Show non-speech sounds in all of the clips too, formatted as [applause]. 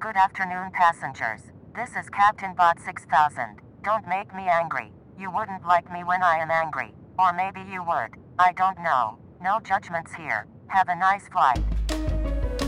Good afternoon, passengers. This is Captain Bot 6000. Don't make me angry. You wouldn't like me when I am angry. Or maybe you would. I don't know. No judgments here. Have a nice flight.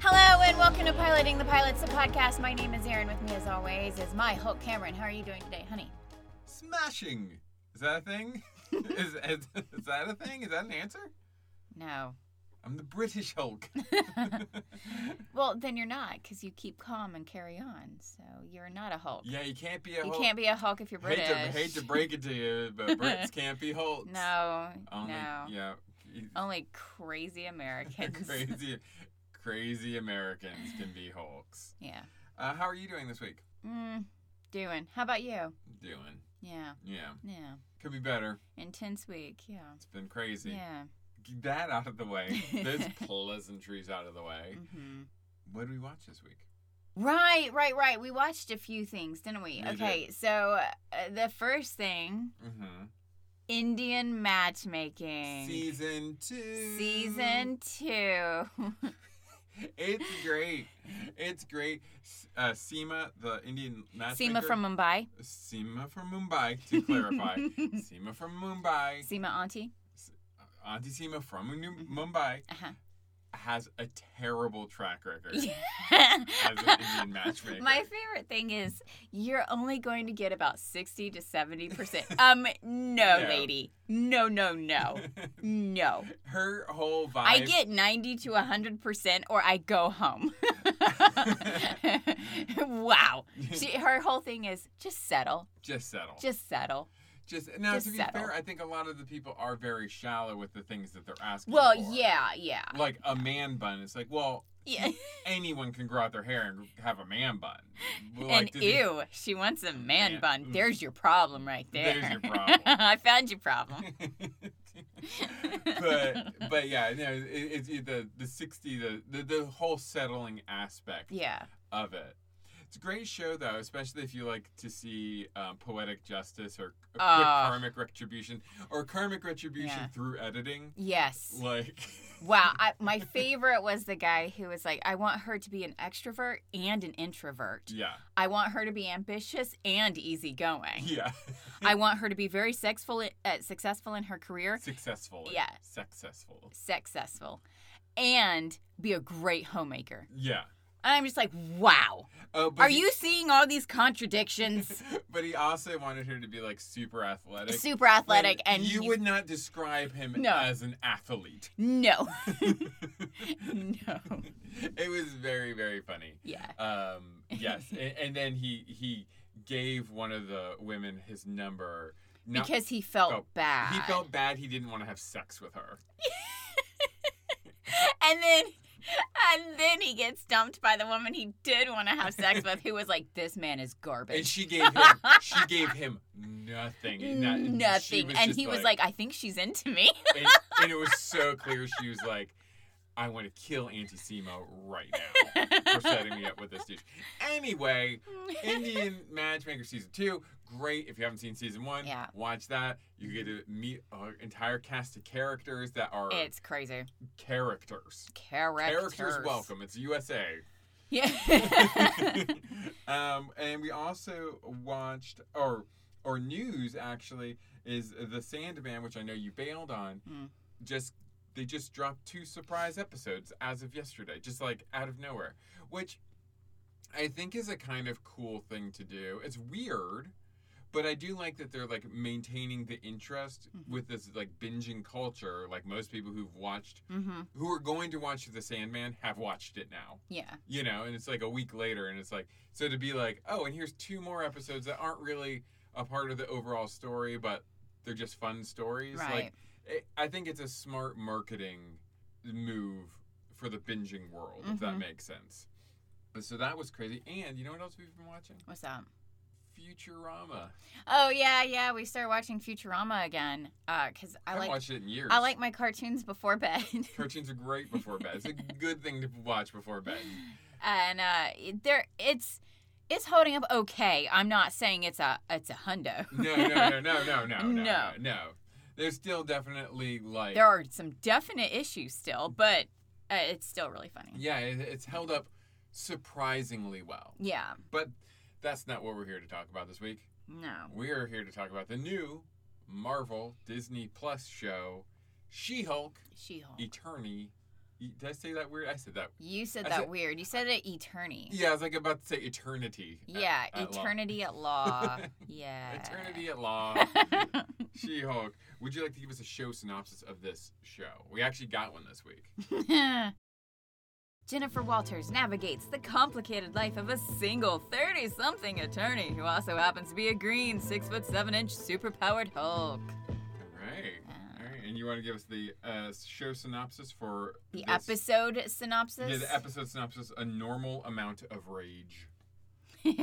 Hello and welcome to Piloting the Pilots, the podcast. My name is Erin. With me, as always, is my Hulk Cameron. How are you doing today, honey? Smashing. Is that [laughs] a thing? is, is, is that a thing? Is that an answer? No. I'm the British [laughs] Hulk. Well, then you're not, because you keep calm and carry on. So you're not a Hulk. yeah, you can't be a you Hulk. can't be a Hulk if you're British. hate to, hate to break it to you, but Brits can't be [laughs] Hulks. No, Only, no. Yeah. [laughs] Only crazy Americans. crazy, crazy Americans can be Hulks. [laughs] Yeah. Uh, how are you doing this week? Mm, doing. How about you? Doing. Yeah. Yeah. Yeah. Could be better. Intense week. Yeah. It's been crazy. Yeah. Get that out of [laughs] the way. Those pleasantries out of the way. Mm-hmm. What did we watch this week? Right, right, right. We watched a few things, didn't we? We okay, so uh, the first thing, Mm-hmm. Indian matchmaking. Season two. Season two. [laughs] It's great. It's great. S- Uh, Seema, the Indian matchmaker. Seema from Mumbai. Seema from Mumbai, to [laughs] clarify. Seema from Mumbai. Seema auntie. Auntie Seema from Nu- Mumbai Uh-huh. has a terrible [laughs] track record. an Indian matchmaker. My favorite thing is you're only going to get about 60 to 70%. Um no, No. lady. No, no, [laughs] no. No. Her whole vibe. I get 90 to 100% or I go home. [laughs] wow. She, her whole thing is just settle. just settle. Just, Just settle. now just to be settle. fair, I think a lot of the people are very shallow with the things that they're asking. Well, for. yeah, yeah. Like a man bun. It's [laughs] like, well, Yeah. anyone can grow out their hair and have a man bun. Well, and like, does he- ew, she wants a man Man. bun. There's your problem right there. Mm. [laughs] There's your problem. I found your problem. but but yeah, no, it- it's it, the the sixty the, the the whole settling [laughs] aspect Yeah. of it. It's a great show though, especially if you like to see um, poetic justice or a quick Ah. karmic retribution or karmic retribution Yeah. through editing. Yes. Like Wow, I, my favorite was the guy who was like, I want her to be an extrovert and an introvert. [laughs] yeah, I want her to be ambitious and easygoing. yeah, [laughs] I want her to be very sexful, uh, successful in her career, successful. Yeah. successful. successful, and be a great homemaker. Yeah. And I'm just like, wow. Oh, but Are he- you seeing all these contradictions? But he also wanted her to be [laughs] like super athletic. Super athletic, Like, and you he's- would not describe him No. as an athlete. no, [laughs] no, it was very very funny yeah, um [laughs] yes A- and, then he he gave one of the women his number Not- because he felt felt- bad. oh, he felt bad he didn't want to have sex with her [laughs] and then. And then he gets dumped by the woman he did want to have sex with, who was like, "This man is garbage." and she gave him she gave him nothing and that- and she nothing. was and just he was like, I think she's into me. [laughs] and, and it was so clear she was like I want to kill Auntie Semo right now for setting me up with this douche. Anyway, Indian Matchmaker season two, great. If you haven't seen season one, Yeah. Mm-hmm. watch that. You get to meet an entire cast of characters that are [laughs] it's crazy. characters. Characters. Characters welcome. It's USA. [laughs] Yeah. um, and we also watched or or news actually is the Sandman, which I know you bailed on. Mm. Just they just dropped two surprise episodes as of yesterday, just like out of nowhere, which I think is a kind of cool thing to do. It's weird. But I do like that they're like maintaining the interest Mhm. with this like binging culture. Like most people who've watched, mm-hmm. who are going to watch The Sandman, have watched it now Yeah. you know and it's like a week later and it's like so to be like oh and here's two more episodes that aren't really a part of the overall story but they're just fun stories Right. like it, i think it's a smart marketing move for the binging world if that Mhm. makes sense so that was crazy and you know what else we've been watching What's that? Futurama. Oh yeah, yeah. We started watching Futurama again because I I haven't like watched it in years. I like my cartoons before bed. cartoons are great before bed. It's a good thing to watch before bed. [laughs] and uh, it- there it's it's holding up okay. I'm not saying it's a it's a hundo. No, [laughs] no, no, no, no, no, no, no. No. no. There's still definitely like there are some definite issues still, but uh, it's still really funny. yeah, it, it's held up surprisingly well. Yeah. But that's not what we're here to talk about this week. No. We are here to talk about the new Marvel Disney Plus show, She-Hulk: She-Hulk. Eternity. E- Did I say that weird? I said that. you said I that said- weird. You said it eterni. Yeah, I was like about to say eternity. at- Yeah, at law. eternity [laughs] at law. yeah. Eternity at law. [laughs] She-Hulk. Would you like to give us a show synopsis of this show? We actually got one this [laughs] week. Jennifer Walters navigates the complicated life of a single 30 something attorney who also happens to be a green 6 foot 7 inch superpowered Hulk. All right. All Uh, right. And you want to give us the uh, show synopsis for the this- episode synopsis? Yeah, the episode synopsis: A normal amount of rage. [laughs]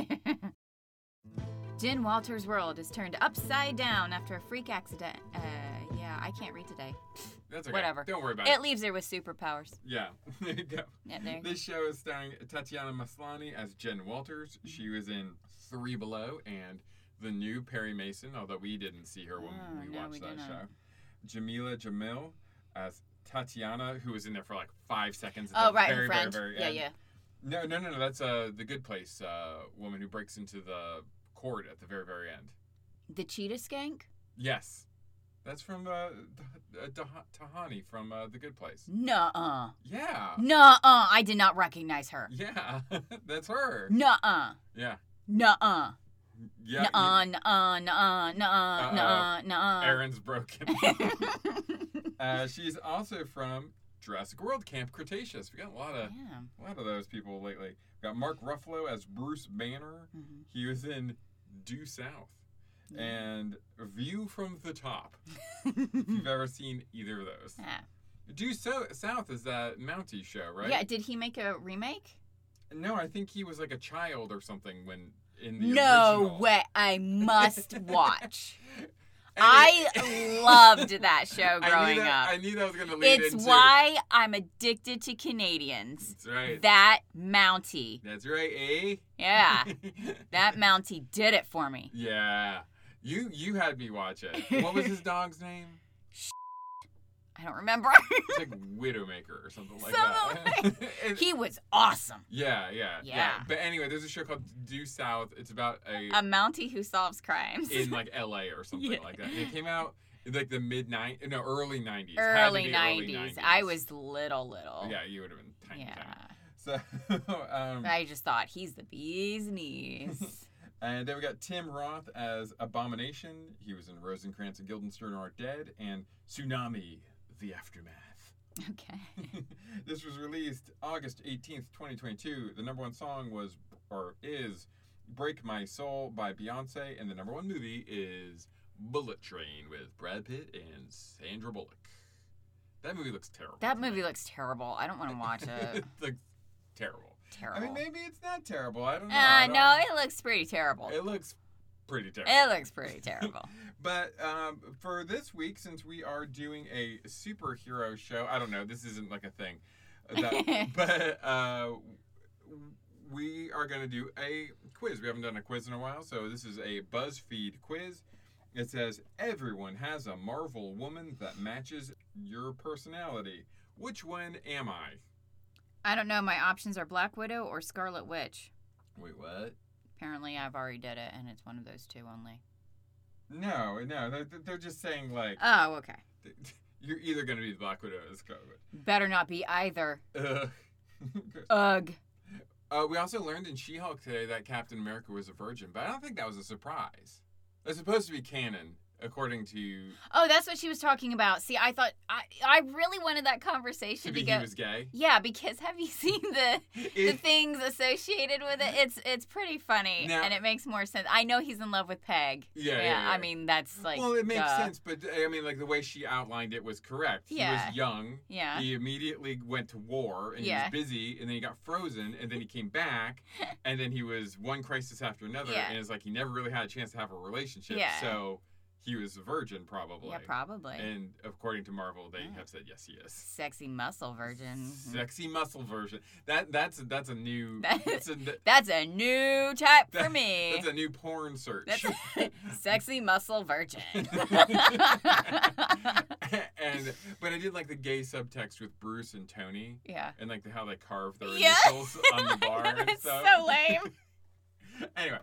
Jen Walters' world is turned upside down after a freak accident. Uh, yeah, I can't read today. That's okay. Whatever. Don't worry about it. It leaves her with superpowers. Yeah. [laughs] there you go. Yeah, there you go. This show is starring Tatiana Maslany as Jen Walters. Mm-hmm. She was in Three Below and the new Perry Mason, although we didn't see her when Oh, we no, watched we that didn't. show. Jamila Jamil as Tatiana, who was in there for like five seconds. At Oh, the right, very, her friend. Very, very yeah, end. yeah. No, no, no, no. That's uh, the Good Place uh, woman who breaks into the court at the very, very end. The cheetah skank? Uh. Yes. That's from uh, Dah- uh, Dah- Tahani from uh, The Good Place. Nuh uh. Yeah. Nuh uh. I did not recognize her. Yeah. [laughs] that's her. Nuh uh. Yeah. Nuh uh. Yeah. Nuh you- uh. Nuh uh. Nuh uh. Nuh uh. Nuh uh. Nuh Aaron's broken. [laughs] [laughs] uh. uh, she's also from Jurassic World Camp Cretaceous. We got a lot of Yeah. a lot of those people lately. We got Mark Ruffalo as Bruce Banner. Mhm. He was in Due South and View from the Top. if you've ever seen either of those, [laughs] Hmm. Yeah. Due so- South is that Mountie show, right? Yeah, did he make a remake? No, I think he was like a child or something when in the No original. way. I must [laughs] watch. I Anyway- loved that show I growing knew that, up. I knew that was going to lead It's into. why I'm addicted to Canadians. That's right. That Mountie. That's right, eh? Yeah. That Mountie did it for me. [laughs] Yeah. You you had me [laughs] watch it. What was his dog's name? I don't remember. [laughs] It's like Widowmaker or something like Something that. [laughs] It- he was awesome. yeah, yeah, yeah, Yeah. But anyway, there's a show called Due South. It's about [laughs] a A Mountie who solves crimes. in like LA or something Yeah. like that. It came out in like the mid nine no, early nineties. Early 90s. I was little, little. Yeah, you would have been tiny tiny. Yeah. [laughs] So [laughs] um I just thought he's the bee's [laughs] knees. And then we got Tim Roth as Abomination. He was in Rosencrantz and Guildenstern Are Dead and Tsunami, The Aftermath. okay. [laughs] this was released August 18th, 2022. The number one song was, or is, Break My Soul by Beyonce. And the number one movie is Bullet Train with Brad Pitt and Sandra Bullock. That movie looks terrible. That to me. [laughs] movie looks terrible. I don't want to watch it. it looks terrible. terrible. I mean, maybe it's not terrible. I don't know. I uh, don't- no, it looks pretty terrible. It looks pretty terrible. It looks pretty terrible. [laughs] But um, for this week, since we are doing a superhero show, I don't know, this isn't like a thing. [laughs] That, [laughs] but uh, we are going to do a quiz. We haven't done a quiz in a while, so this is a BuzzFeed quiz. It says everyone has a Marvel woman that matches your personality. Which one am I? I don't know. My options are Black Widow or Scarlet Witch. Wait, what? Apparently, I've already did it, and it's one of those two only. No, no, they're, they're just saying like Oh, okay. [laughs] you're either going to be Black Widow or Scarlet. Better not be either. Witch. Ugh. [laughs] Uh, we also learned in She-Hulk today that Captain America was a virgin, but I don't think that was a surprise. It's supposed to be canon. according to Oh, that's what she was talking about. See, I thought I I really wanted that conversation to to be go. he was gay. yeah, because have you seen [laughs] the the It- things associated with it? It's it's pretty funny Now- and it makes more sense. I know he's in love with Peg. Yeah, yeah, yeah. I mean, that's like well, it makes duh. sense, but I mean, like the way she outlined it was correct. He Yeah. was young. Yeah. He immediately went to war and Yeah. he was busy, and then he got frozen, and then he [laughs] came back, and then he was one crisis after another, Yeah. and it's like he never really had a chance to have a relationship. Yeah. So he was a virgin, probably. Yeah, probably. And according to Marvel, they Yeah. have said yes, he is. Sexy muscle virgin. mhm. Sexy muscle version. That that's that's [laughs] a new That- that's a That's a new type for That- me. that's a new porn search. That's [laughs] sexy muscle virgin. [laughs] [laughs] and but I did like the gay subtext with Bruce and Tony, yeah. and like the, how they carved their Yeah. initials on [laughs] the bar. and That's stuff. so [laughs] lame. Anyway,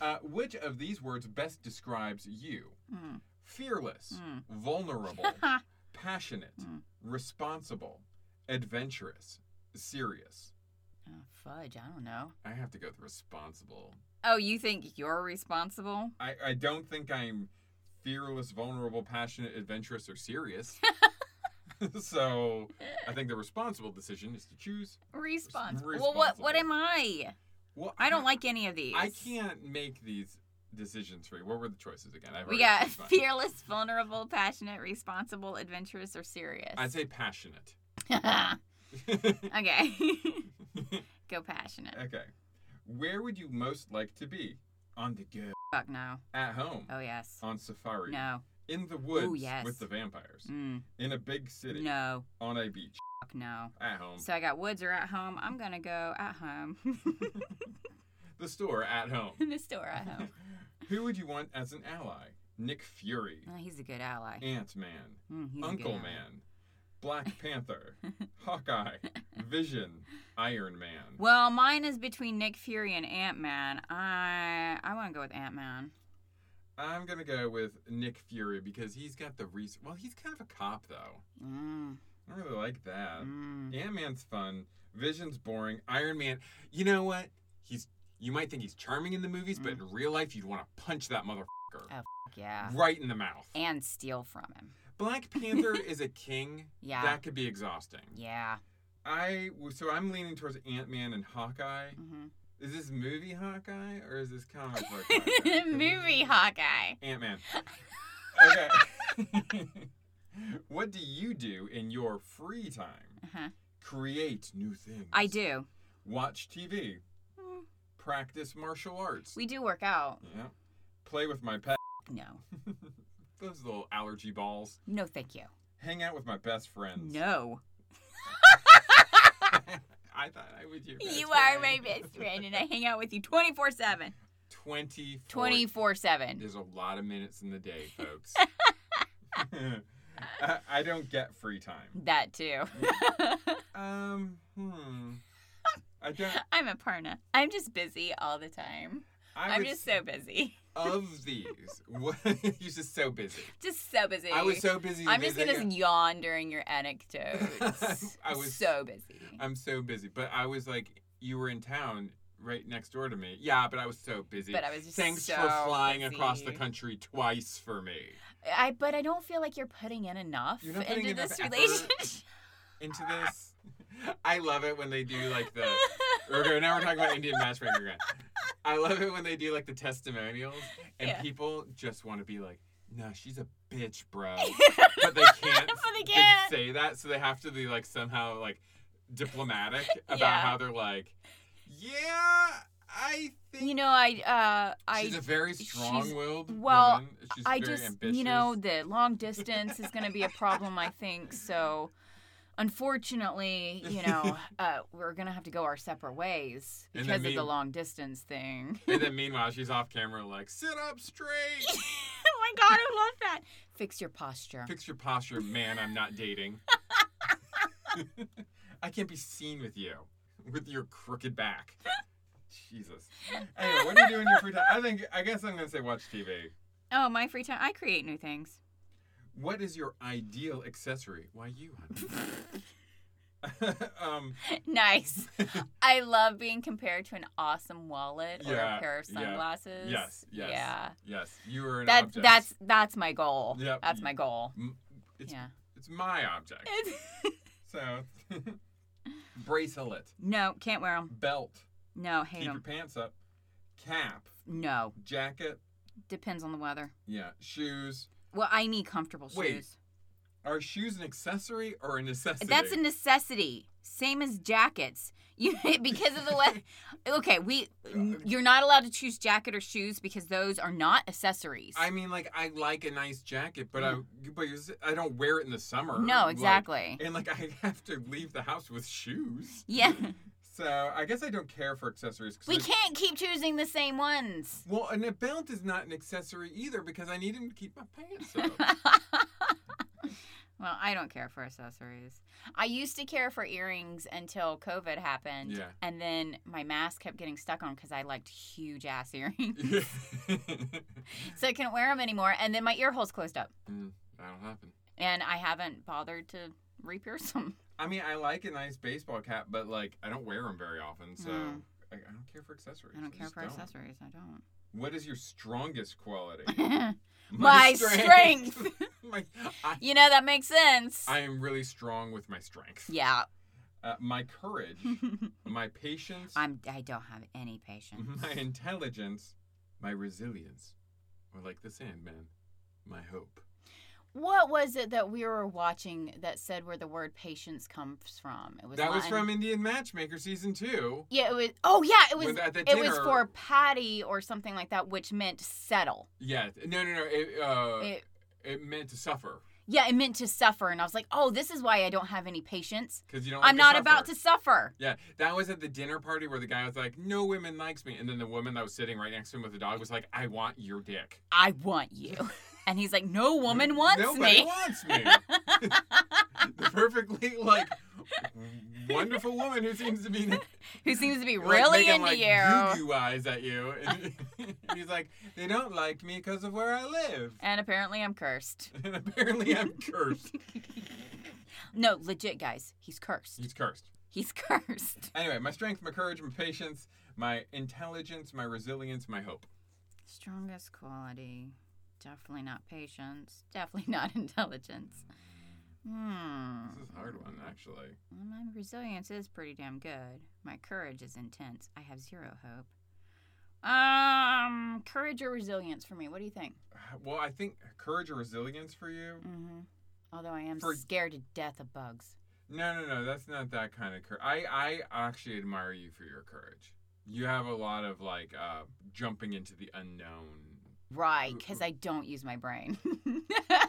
uh, which of these words best describes you? Mm, Fearless, Mm. vulnerable, [laughs] Hmm. passionate, Mm. responsible, adventurous, serious. Oh, fudge, I don't know. I have to go with responsible. Oh, you think you're responsible? I, I don't think I'm fearless, vulnerable, passionate, adventurous, or [laughs] serious. [laughs] so I think the responsible decision is to choose. Responsible. Well, what what am Responsible. I? Well, I don't like any of these. I can't make these decisions for you. What were the choices again? I've We already got chosen mine. fearless, vulnerable, passionate, responsible, adventurous, or serious. I'd say passionate. [laughs] [laughs] okay. Go passionate. okay. Where would you most like to be? On the go. Fuck no. At home. Oh yes. On safari. No. In the woods yes. with the vampires. Mm. In a big city. No. On a beach. Fuck no. At home. So I got woods or at home. I'm gonna go at home. [laughs] the store at home. In the store at [laughs] home. Who would you want as an ally? Nick Fury, Oh, he's a good ally. Ant Man, Mm, he's a good Uncle ally. Man, [laughs] Black Panther, Hawkeye, Vision, Iron Man. Well, mine is between Nick Fury and Ant Man. I I want to go with Ant Man. I'm gonna go with Nick Fury because he's got the reason. Well, he's kind of a cop though. Mm, I don't really like that. mm. Ant Man's fun. Vision's boring. Iron Man. You know what? He's. You might think he's charming in the movies, but in real life, you'd want to punch that motherfucker Oh, Mm. Yeah. right in the mouth. And steal from him. Black Panther is a king. [laughs] Yeah. That could be exhausting. Yeah. I so I'm leaning towards Ant Man and Hawkeye. hmm Is this movie Hawkeye or is this comic book? Hawkeye? [laughs] Movie Hawkeye. [laughs] Ant Man. Okay. [laughs] what do you do in your free time? Uh-huh. Create new things. I do. Watch TV. Mm, Practice martial arts. We do work out. yeah. Play with my pet. No. Those little allergy balls. No, thank you. Hang out with my best friends. No. [laughs] I thought I was your best You are my friend. best friend, and I hang out with you 24 7. 24. 24 7. There's a lot of minutes in the day, [laughs] folks. [laughs] I, I don't get free time. That too. [laughs] Um, hmm. I don't. I'm a Parna. I'm just busy all the time. I I'm was, just so busy. [laughs] [laughs] of these. [laughs] What, you're just so busy. Just so busy. I was so busy. I'm just that gonna you- yawn during your anecdotes. [laughs] [laughs] I was- so busy. I'm so busy, but I was like, you were in town right next door to me. Yeah, but I was so busy. But I was just Thanks so for flying across the busy. country twice for me I but I don't feel like you're putting in enough You're not into putting enough this effort. relationship. into this. [laughs] I love it when they do like [laughs] [laughs] the. Okay, now we're talking about Indian matchmaker again. I love it when they do like the testimonials and Yeah. people just want to be like, no, she's a bitch, bro. [laughs] but they can't, But they s- can't. say that, so they have to be like somehow like [laughs] diplomatic about Yeah. how they're like, yeah, I think you know, I uh I she's a very strong-willed well, woman. She's I very just ambitious. you know the long distance is gonna be a problem. I think so. [laughs] Unfortunately, you know, uh, we're gonna have to go our separate ways And that because of the mean- long distance thing. [laughs] and then meanwhile, she's off camera like, sit up straight, oh my god, I love that. Fix your posture. fix your posture, man. I'm [laughs] not dating. [laughs] I can't be seen with you, with your [laughs] crooked back. Jesus. Anyway, what do you do in your free time? I think I guess I'm gonna say watch TV. Oh, my free time. I create new things. [laughs] [laughs] What is your ideal accessory? Why you, honey? um, [laughs] nice. I love being compared to an awesome wallet or Yeah, a pair of yeah. sunglasses. yes, yes, Yeah. yes. You are an That, object. that's that's my goal. Yep. That's my goal. M- it's yeah. it's my object. [laughs] [laughs] So [laughs] bracelet, no, can't wear them. belt, No, keep hate them. your pants up, cap, No, jacket, depends on the weather. yeah, shoes. Well, I need comfortable shoes. Wait, Are shoes an accessory or a necessity? That's a necessity. Same as jackets. [laughs] You because of the way. [laughs] Okay, we you're not allowed to choose jacket or shoes because those are not accessories. I mean, like I like a nice jacket, but I but you s- I don't wear it in the summer. Mm. no, like- exactly. and like [laughs] I have to leave the house with shoes. [laughs] yeah, So I guess I don't care for accessories. 'cause we I- can't keep choosing the same ones. Well, and a belt is not an accessory either because I need him to keep my pants [laughs] up. Well, I don't care for accessories. I used to care for earrings until COVID happened, Yeah. and then my mask kept getting stuck on because I liked huge ass [laughs] earrings, so I couldn't wear them anymore. And then my ear holes closed up, Mm, That'll happen. and I haven't bothered to repierce them. I mean, I like a nice baseball cap, but like I don't wear them very often, so Mm. I, I don't care for accessories. I don't care just for accessories. I don't. What is your strongest [laughs] quality? [laughs] My strength. my, I, you know that makes sense. I am really strong with my [laughs] strength. yeah. Uh, my [laughs] courage, my patience, I'm. I don't have any patience. [laughs] [laughs] my intelligence, my resilience, or like the Sandman, my hope. What was it that we were watching that said where the word patience comes from? It was that was Latin- from Indian Matchmaker season two. Yeah, it was. Oh, yeah, it was. With- at the It was dinner- for patty or something like that, which meant settle. Yeah, no, no, no. It, uh, it, It, meant to suffer yeah, it meant to suffer, and I was like, oh, this is why I don't have any patience. because you don't. I'm like not about suffer. to suffer. Yeah, that was at the dinner party where the guy was like, "No women likes me," and then the woman that was sitting right next to him with the dog was like, "I want your dick." I want [laughs] you, and he's like, no woman wants Nobody me. [laughs] wants me. the perfectly like wonderful woman who seems to be [laughs] like, Who seems to be really making, into like, you. goo-goo eyes at you. And [laughs] he's like, "They don't like me because of where I live." And apparently, I'm cursed. [laughs] And apparently, I'm cursed. No, legit, guys, he's cursed. He's cursed. He's cursed. Anyway, my strength, my courage, my patience, my intelligence, my resilience, my hope. Strongest quality. Definitely not patience. Definitely [laughs] not intelligence. Hmm. This is a hard one, actually. Well, my resilience is pretty damn good. My courage is intense. I have zero hope. Um, courage or resilience for me? What do you think? Well, I think courage or resilience for you. Mm-hmm. Although I am For- scared to death of bugs. No, no, no. That's not that kind of courage. I, I actually admire you for your courage. You have a lot of like uh, jumping into the unknown. Right, because I don't use my brain. Mm,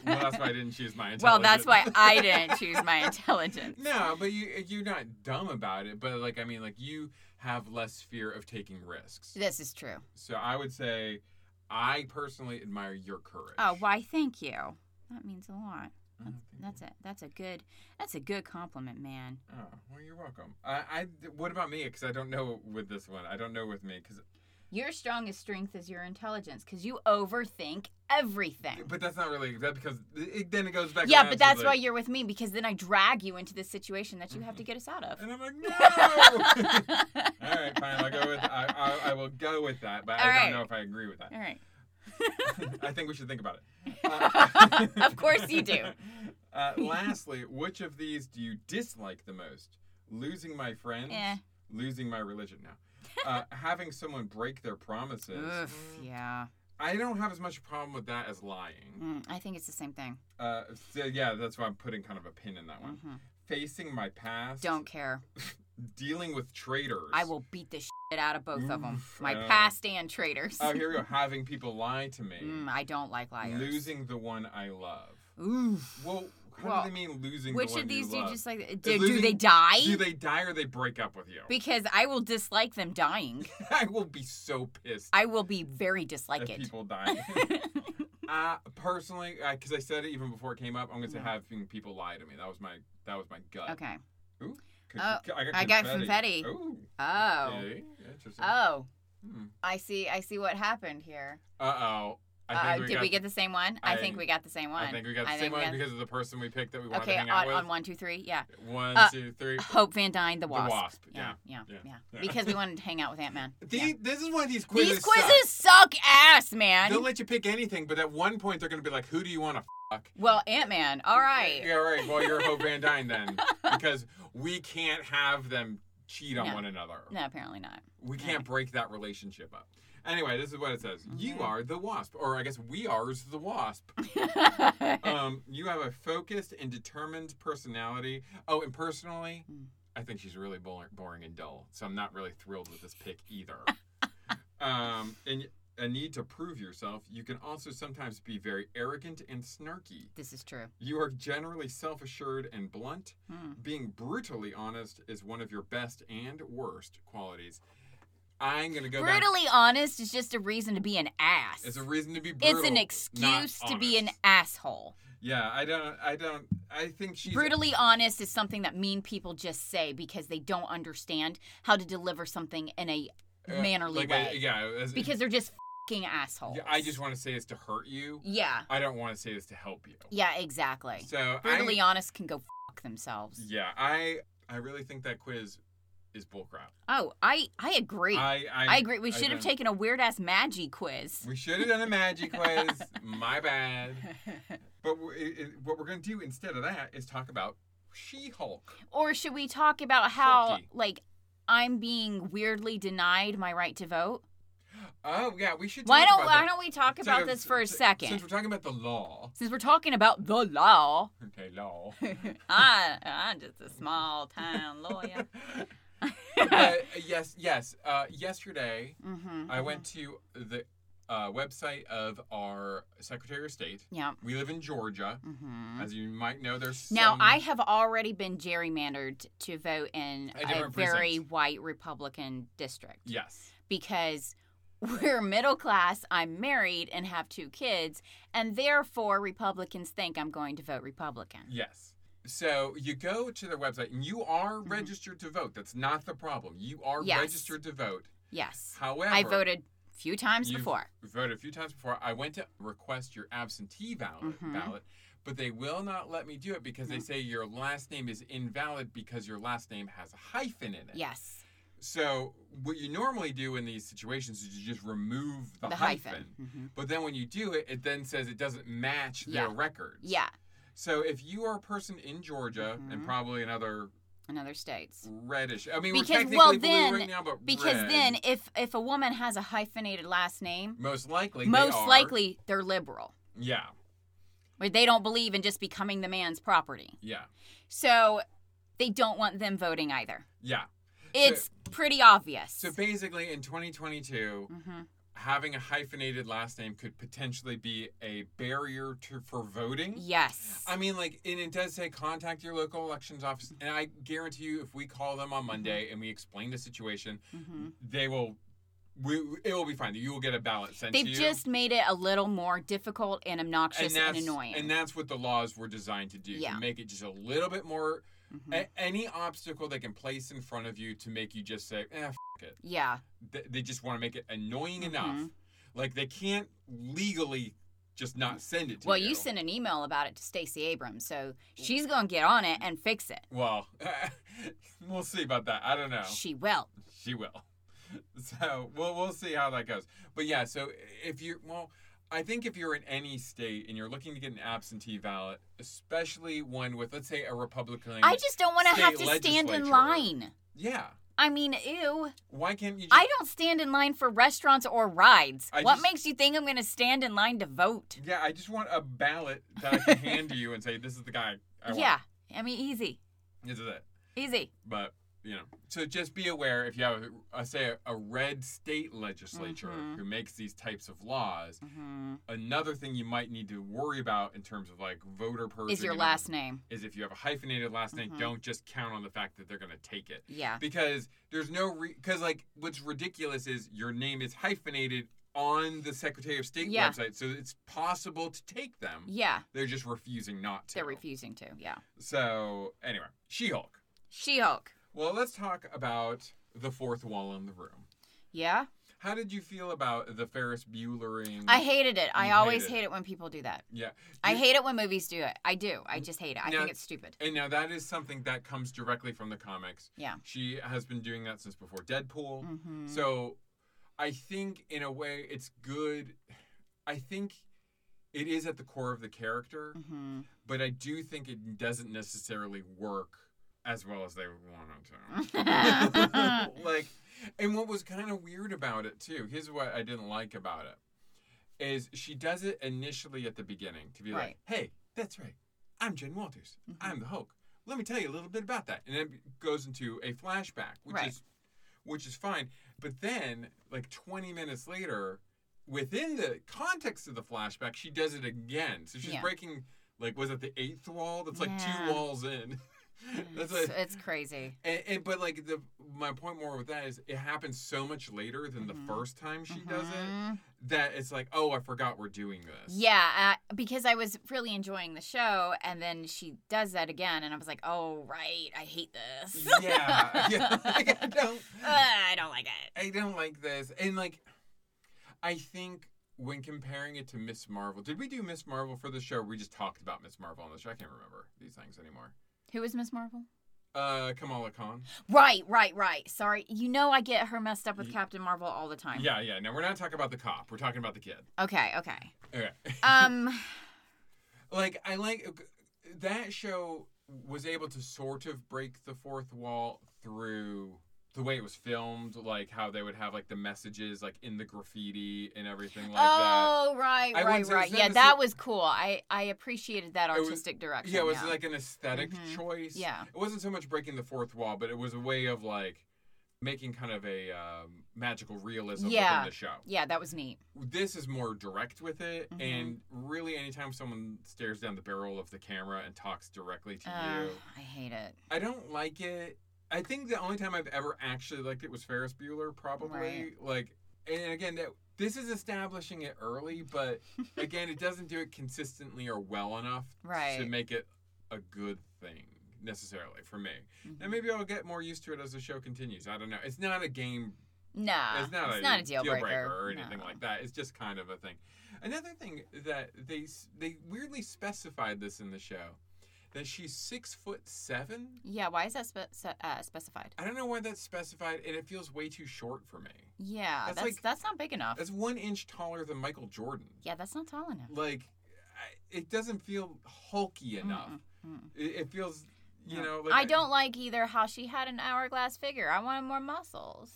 Well, that's why I didn't choose my intelligence. [laughs] Well, that's why [laughs] I didn't choose my intelligence. no, but you you're not dumb about it. But like I mean, like you have less fear of taking risks. This is true. So I would say, I personally admire your courage. Oh, why? Thank you. That means a lot. Oh, That's, thank that's a that's a good that's a good compliment, man. Oh, well, you're welcome. I, I what about me? Because I don't know with this one. I don't know with me. Because, Your strongest strength is your intelligence because you overthink everything. but that's not really that because it, then it goes back. yeah, around but to, that's like- why you're with me because then I drag you into this situation that you have to get us [laughs] out of. [laughs] And I'm like, no. [laughs] All right, fine. I'll go with. I, I, I will go with that, but All I right. don't know if I agree with that. All right. [laughs] I think we should [laughs] think about it. Uh, Of course you do. [laughs] Uh, lastly, which of these do you dislike the most? Losing my friends, Eh. losing my religion. Now, uh, [laughs] having someone break their promises. Oof, mm. yeah. I don't have as much problem with that as lying. Mm, I think it's the same thing. Uh, so yeah, that's why I'm putting kind of a pin in that one. Mhm. Facing my past. Don't care. Dealing with traitors. I will beat the shit out of both of them. Oof, My I know. past and traitors. Oh, here we go. Having people lie to me. Mm, I don't like liars. Losing the one I love. Oof. Well, how Well, do they mean losing the Which one of these you do you love? just like? Do, do losing- they die? Do they die or they break up with you? because I will dislike them dying. [laughs] I will be so pissed I will be very if dislike it. people die. [laughs] uh, personally, because I said it even before it came up, I'm going to say having people lie to me. That was my that was my [laughs] gut. Okay. Ooh, c- Oh, c- I got I got confetti. Ooh, Oh. okay, Interesting. Oh. Hmm. I see. I see what happened here. Uh oh. I uh, think we did got, we get the same one? I, think I- we got the same one. I think we got the same we one got- because of the person we picked that we wanted okay, to hang on, out on with. one, two, three, yeah. One, uh, two, three. Hope Van Dyne, the The wasp. Wasp, Yeah, yeah, yeah, yeah, yeah, yeah. Because we wanted to hang out with Ant Man. The- This is why these quizzes. These quizzes suck ass, Suck. man. They'll let you pick anything, but at one point they're going to be like, "Who do you want to fuck?" well, Ant Man. All right. Yeah, all right. Well, you're Hope Van Dyne [laughs] then, because we can't have them cheat on No. one another. No, apparently not. We can't break that relationship up. Anyway, this is what it says. You Okay. are the wasp, or I guess we are's the wasp. um, you have a focused and determined personality. Oh, and personally, Mm. I think she's really bo- boring and dull. So I'm not really thrilled with this pick either. um, and a need to prove yourself. You can also sometimes be very arrogant and snarky. [laughs] this is true. You are generally self assured and blunt. Hmm. Being brutally honest is one of your best and worst qualities. I'm going to go back. Brutally honest is just a reason to be an ass. It's a reason to be brutal. It's an not excuse to be an honest. asshole. Yeah, I don't. I don't. I think she's Brutally honest is something that mean people just say because they don't understand how to deliver something in a uh, mannerly like way. I, yeah, as- Because they're just fucking assholes. yeah, I just want to say this to hurt you. Yeah. I don't want to say this to help you. Yeah, exactly. So Brutally I, honest can go fuck themselves. yeah, I I really think that quiz is bullcrap. Oh, I I agree. I, I I, agree. We should have don't- taken a weird ass Magi quiz. We should have done a [laughs] magic quiz. My bad. But we it, it- what we're gonna do instead of that is talk about She-Hulk. or should we talk about how Hulky. like I'm being weirdly denied my right to vote? Oh yeah, we should. Why talk don't about Why that. don't we talk Take about this for a si- second? Since we're talking about the law. Since we're talking about the [laughs] law, Okay, law. I I'm just a small town lawyer. [laughs] but uh, yes, yes. Uh, yesterday, Mm-hmm. I went to the uh, website of our Secretary of State. Yeah. We live in Georgia, Mm-hmm. as you might know. There's Now some- I have already been gerrymandered to vote in A a, different very precinct. white Republican district yes, because [laughs] we're middle class, I'm married and have two kids, and therefore Republicans think I'm going to vote Republican. yes. So you go to their website, and you are Mhm. registered to vote. That's not the problem. You are Yes. registered to vote. Yes. However, I voted a few times You've before. voted a few times before. I went to request your absentee ballot, Mhm. ballot, but they will not let me do it because Mm. they say your last name is invalid because your last name has a hyphen in it. Yes. So what you normally do in these situations is you just remove the, The hyphen. Mhm. But then when you do it, it then says it doesn't match their Yeah. records. Yeah. So if you are a person in Georgia and Mhm. probably another In other states. reddish, I mean, we're Because, technically well, blue then- right now, but Because red, then if if a woman has a hyphenated last name, most likely, they most are. likely they're liberal. yeah, Where they don't believe in just becoming the man's property. yeah, So they don't want them voting either. yeah. It's pretty obvious. So basically, in 2022, hmm having a hyphenated last name could potentially be a barrier to for voting. Yes. I mean, like, and it does say contact your local elections office, and I guarantee you, if we call them Mm-hmm. on Monday and we explain the situation, hmm they will. We, it will be fine. You will get a ballot sent They've to you. just made it a little more difficult and and obnoxious and, that's, annoying. And that's what the laws were designed to do. Yeah. To make it just a little bit more. Mhm. A, any obstacle they can place in front of you to make you just say, eh, f- it. yeah. Th- They just want to make it annoying enough. Mhm. Like, they can't legally just not send it to Well, you. you sent an email about it to Stacey Abrams, so she's going to get on it and fix it. Well, [laughs] we'll see about that. I don't know. She will. She will. [laughs] So we'll we'll see how that goes. But yeah, so if you well, I think if you're in any state and you're looking to get an absentee ballot, especially one with let's say a Republican, I just don't want to have to State stand in legislature. line. yeah. I mean, ew. Why can't you? Just, I don't stand in line for restaurants or rides. I what just- makes you think I'm going to stand in line to vote? yeah, I just want a ballot that I can hand to you and say this is the guy. I want. yeah. I mean, easy. this is it. Easy. But you know, so just be aware if you have, a, say, a red state legislature Mhm. who makes these types of laws. hmm Another thing you might need to worry about in terms of like voter purging Is your and everything. last name. is if you have a hyphenated last name, Mhm. don't just count on the fact that they're going to take it. Yeah. Because there's no because like what's ridiculous is your name is hyphenated on the Secretary of State Yeah. website, so it's possible to take them. Yeah. They're just refusing not to. They're refusing to. Yeah. So anyway, She-Hulk. She Hulk. Well, let's talk about the fourth wall in the room. Yeah. How did you feel about the Ferris Buellering? I hated it. I You hate always it. hate it when people do that. Yeah. I You- hate it when movies do it. I do. I just hate it. I Now- think it's stupid. And now that is something that comes directly from the comics. Yeah. She has been doing that since before Deadpool. hmm So I think in a way it's good. I think it is at the core of the character, hmm but I do think it doesn't necessarily work as well as they want [laughs] it to. [laughs] like and what was kind of weird about it too, here's what I didn't like about it is she does it initially at the beginning to be Right. like, "Hey, that's right. I'm Jen Walters. Mhm. [laughs] I'm the Hulk. Let me tell you a little bit about that." And then it goes into a flashback, which Right. is which is fine. But then, like 20 minutes later, within the context of the flashback, she does it again. So she's Yeah. breaking, like, was it the eighth wall? That's like Yeah. two walls in. [laughs] it's, That's like, it's crazy. and, and- but like the my point more with that is it happens so much later than Mhm. the first time she does it Mhm. that it's like, oh, I forgot we're doing this. Yeah, uh, because I was really enjoying the show, and then she does that again, and I was like, "Oh right, I hate Mm. this. yeah, [laughs] yeah. Like, I don't. [laughs] Ugh, I don't like it." I don't like this. And like, I think when comparing it to Miss Marvel, did we do Miss Marvel for the show? We just talked about Miss Marvel on the show. I can't remember these things anymore. Who is Miss Marvel? Uh, Kamala Khan. Right, right, right. Sorry, you know I get her messed up with Ye- Captain Marvel all the time. Yeah, yeah. No, we're not talking about the cop. We're talking about the kid. Okay, okay. Okay. [laughs] Um, like I like uh, that show was able to sort of break the fourth wall through the way it was filmed, like how they would have like the messages like in the graffiti and everything like that. oh right, I right, wouldn't say right. it's not Yeah, necessar- that was cool. I I appreciated that It was- artistic direction. Yeah, it was like an esthetic Mhm. choice. Yeah. It wasn't so much breaking the fourth wall, but it was a way of like making kind of a um, magical realism Yeah. within the show. yeah, that was neat. This is more direct with it, Mhm. and really, anytime someone stares down the barrel of the camera and talks directly to Uh, you, I hate it. I don't like it. I think the only time I've ever actually liked it was Ferris Bueller, probably. Right. Like, and again, that this is establishing it early, [laughs] but again, it doesn't do it consistently or well enough to Right. make it a good thing necessarily for me. Mhm. [laughs] And maybe I'll get more used to it as the show continues. I don't know. It's not a game. No, it's not, a, deal, breaker. or anything No. like that. It's just kind of a thing. Another thing that they s- they weirdly specified this in the show that she's six foot seven. Yeah, why is that spe- se- uh, specified? I don't know why that's specified, and it feels way too short for me. Yeah, that's That's that's, like- not big enough. That's one inch taller than Michael Jordan. Yeah, that's not tall enough. Like, I- it doesn't feel hulky enough. Mm-mm, mm-mm. It, it feels, you Mm, No. know, like I don't like either how she had an hourglass figure. I wanted more muscles.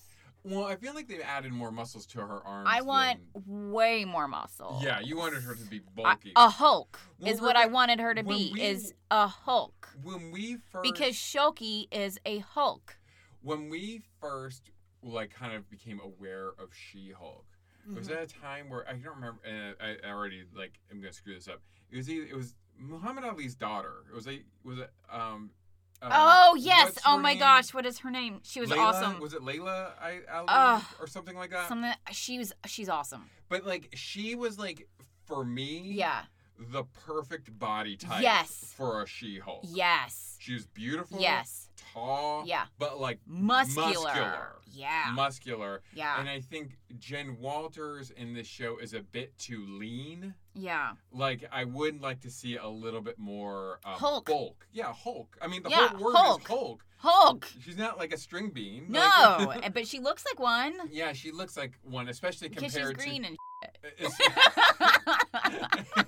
Well, I feel like they've added more muscles to her arms. I want way more muscle. than- yeah, you wanted her to be I- uh, bulky. A Hulk When is we're what I go- wanted her to when be. we- Is a Hulk when we first, because Shoki is a Hulk. when we first like kind of became aware of She-Hulk, Mm-hmm. was that a time where I don't remember. And I, I already like I'm gonna screw this up. It was either, it was Muhammad Ali's daughter. It was a was it um. uh, oh yes! what's Oh her my name? gosh! What is her name? She was Layla? awesome. Was it Layla I, Ali Ugh. or something like that? Something she was. She's awesome. but like she was like for me, Yeah. the perfect body type. Yes. for a She-Hulk. Yes. she was beautiful. Yes. tall. Yeah. but like Muscular. Muscular. Yeah. muscular. yeah. And I think Jen Walters in this show is a bit too lean. yeah. Like I would like to see a little bit more uh, Hulk. Bulk. Yeah, Hulk. I mean, the Yeah, whole word Hulk. is Hulk. Hulk. She's not like a string bean. No, Like- [laughs] but she looks like one yeah, she looks like one, especially because she's compared [laughs] green and. to. [laughs] [laughs]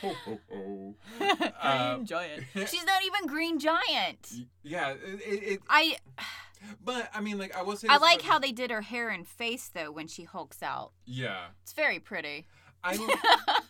ho, ho, ho. Uh, giant. [laughs] She's not even green giant. y- yeah, it, it, it- I But I mean, like I will say. I this like about- how they did her hair and face though when she hulks out. Yeah, It's very pretty. [laughs] I.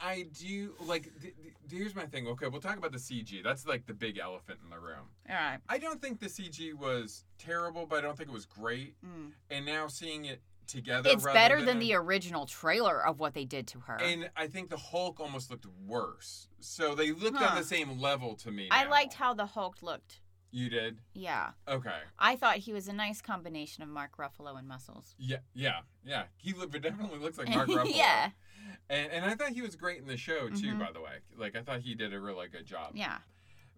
I do like. Th- th- here's my thing. Okay, we'll talk about the CG. That's like the big elephant in the room. All right. I don't think the CG was terrible, but I don't think it was great. Mm. And now seeing it together, It's rather better than the original trailer of what they did to her. And I think the Hulk almost looked worse. So they looked on Huh. the same level to me. I now. liked how the Hulk looked. you did. Yeah. Okay. I thought he was a nice combination of Mark Ruffalo and muscles. Yeah, yeah, yeah. He look, definitely looks [laughs] like Mark Ruffalo. yeah. And and I thought he was great in the show too. Mhm. By the way, like I thought he did a really good job. Yeah.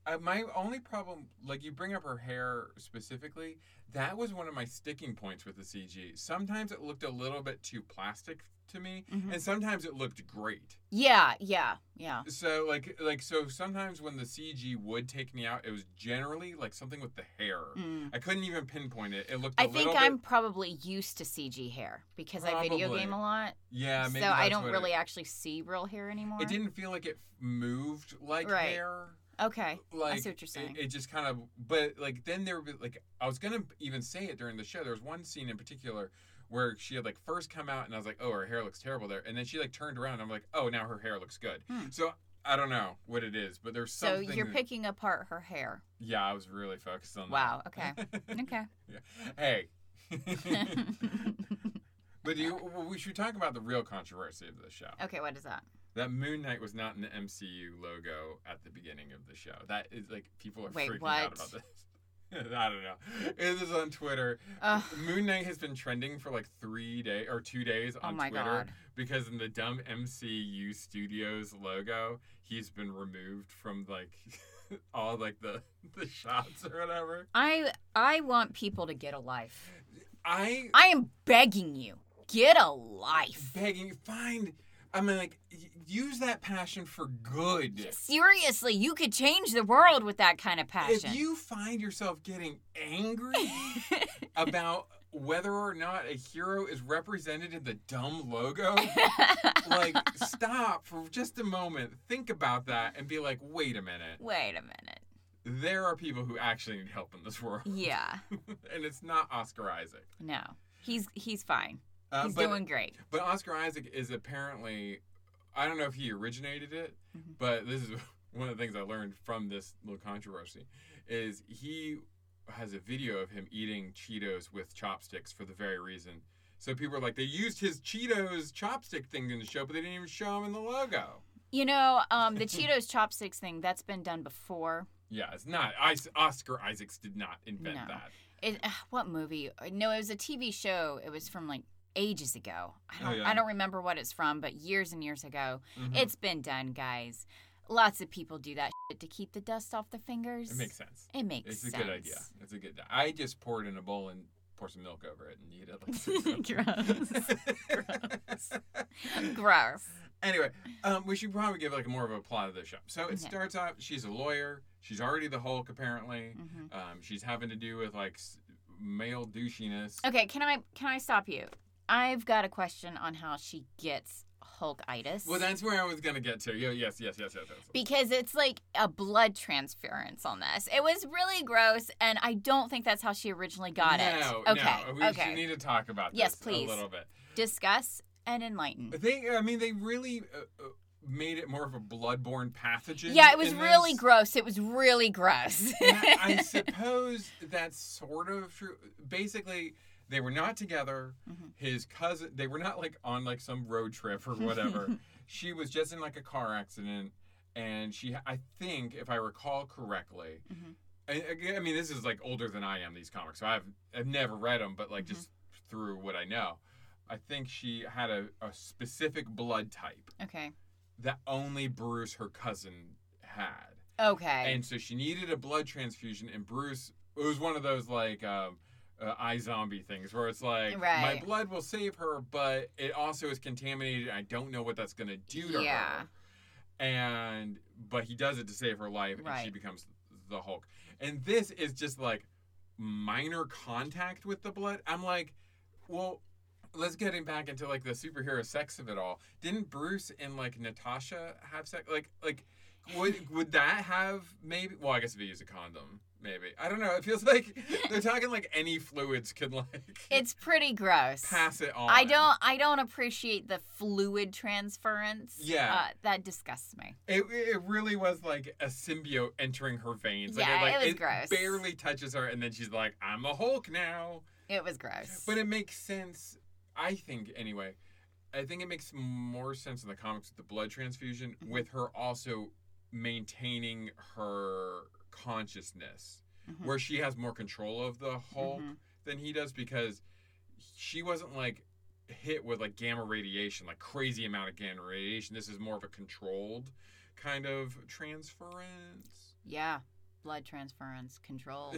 Uh, my only problem, like you bring up her hair specifically, that was one of my sticking points with the CG. Sometimes it looked a little bit too plastic to me, Mhm. and sometimes it looked great. Yeah, yeah, yeah. So like like so sometimes when the CG would take me out, it was generally like something with the hair. Mm. I couldn't even pinpoint it. It looked. I I think I'm probably used to CG hair because I video Probably. game a lot. Yeah, maybe so I that's don't what really It, actually see real hair anymore. it didn't feel like it moved like Right. hair. Okay. Like what you're it- saying. It, just kind of, but like then there was like I was gonna even say it during the show. There was one scene in particular where she had like first come out, and I was like, oh, her hair looks terrible there, and then she like turned around, and I'm like, oh, now her hair looks good. Hmm. So. I don't know what it is, but there's So something. you're that- picking apart her hair. Yeah, I was really focused on. Wow. Okay. [laughs] that. Okay. [laughs] hey. [laughs] but you, well, we should talk about the real controversy of the show. okay. What is that? That Moon Knight was not an MCU logo at the beginning of the show. That is like people are Wait, freaking what? out about this. [laughs] I don't know. It is on Twitter. Ugh. Moon Knight has been trending for like three day or two days Oh on my Twitter god. because in the dumb MCU Studios logo, he's been removed from like [laughs] all like the [laughs] the shots or whatever. I I want people to get a life. I I am begging you. Get a life. begging find i mean like y- use that passion for good Seriously, you could change the world with that kind of passion. if you find yourself getting [laughs] angry about whether or not a hero is represented in the dumb [laughs] logo like stop for just a moment think about that and be like wait a minute Wait a minute. there are people who actually need help in this world [laughs] Yeah. and it's not oscar isaac No. He's he's fine. Uh, He's but- doing great. But Oscar Isaac is apparently, I don't know if he originated it, Mhm. but this is [laughs] one of the things I learned from this little controversy, is he has a video of him eating Cheetos with chopsticks for the very reason. So people are like, they used his Cheetos chopstick thing in the show, but they didn't even show him in the logo. You know, um, the Cheetos [laughs] chopsticks thing that's been done before. Yeah, it's not. Is- Oscar Isaacs did not invent No. that. It, uh, what movie? No, it was a TV show. It was from like ages ago. I Oh, don't, yeah. I don't remember what it's from, but years and years ago. Mhm. It's been done, guys. Lots of people do that shit to keep the dust off their fingers. It makes sense. It makes It's a sense. good idea. It's a good. I just poured in a bowl and poured some milk over it and eat [laughs] it. Like Gross. [laughs] [laughs] Gross. Anyway, um, we should probably give like more of a plot of the show. So it Okay. starts off. She's a lawyer. She's already the Hulk, apparently. hmm Um, she's having to do with like s- male douchiness. Okay, can I can I stop you? I've got a question on how she gets Hulkitis. Well, that's where I was gonna get to. Yeah, yes, yes, yes, yes. yes. because it's like a blood transference on this. It was really gross, and I don't think that's how she originally got no, it. Okay, no. We okay. should need to talk about Yes, this please. a little bit. Discuss and enlighten. They, I mean, they really uh, uh, made it more of a bloodborne pathogen. Yeah, it was in really this. gross. It was really [laughs] gross. [laughs] Yeah, I suppose that's sort of true. Basically, they were not together. Mhm. His cousin, they were not like on like some road trip or whatever. she was just in like a car accident, and she, I think, if I recall correctly, Mhm. I, I- I mean, this is like older than I am. These comics, so I've I've never read them, but like just through what I know, I think she had a, a specific blood type okay. that only Bruce, her cousin, had. Okay. And so she needed a blood transfusion, and Bruce it was one of those like um, uh, eye zombie things where it's like Right. my blood will save her, but it also is contaminated. and I don't know what that's gonna do to Yeah. her. And but he does it to save her life, and she Right. becomes the Hulk. And this is just like minor contact with the blood. I'm like, well. Let's get him back into like the superhero sex of it all. Didn't Bruce and like Natasha have sex? Like, like [laughs] would would that have maybe? Well, I guess if you use a condom, maybe. I don't know. It feels like [laughs] they're talking like any fluids can like it's pretty gross. pass it on. I don't. I don't appreciate the fluid transference. Yeah. uh, that disgusts me. It, it really was like a symbiote entering her veins. Like, Yeah, like, it was gross. Barely touches her, and then she's like, "I'm a Hulk now." It was gross. But it makes sense. I think anyway. I think it makes more sense in the comics with the blood transfusion, Mhm. with her also maintaining her consciousness. Mhm. where she has more control of the Hulk Mhm. than he does because she wasn't like hit with like gamma radiation, like crazy amount of gamma radiation. This is more of a controlled kind of transference. Yeah. Blood transference [laughs] control.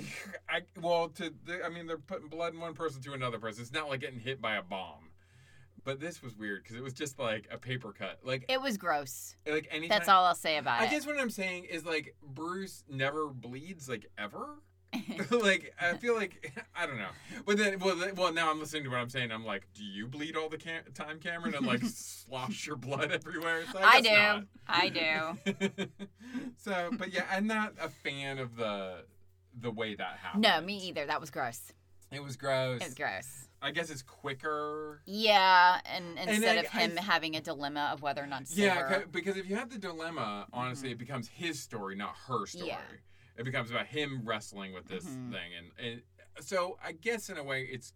I, well, to the, I mean, they're putting blood in one person to another person. It's not like getting hit by a bomb. But this was weird because it was just like a paper cut. Like It was gross. like any. That's all I'll say about I it. guess what I'm saying is like Bruce never bleeds like [laughs] ever. [laughs] like I feel like [laughs] I don't know. But then well, then- well now I'm listening to what I'm saying. I'm like, do you bleed all the cam- time, Cameron? [laughs] And like slosh your blood everywhere. It's like, I guess do. not. I [laughs] do. so, but yeah, I'm not a fan of the the way that happened. No, me either. That was gross. It was gross. It was gross. I guess it's quicker. Yeah, and instead I- of him I- having a dilemma of whether or not to Yeah, save her. c- because if you have the dilemma, honestly, it becomes his story, not her story. Yeah. It becomes about him wrestling with this Mhm. thing, and, and so I guess in a way, it's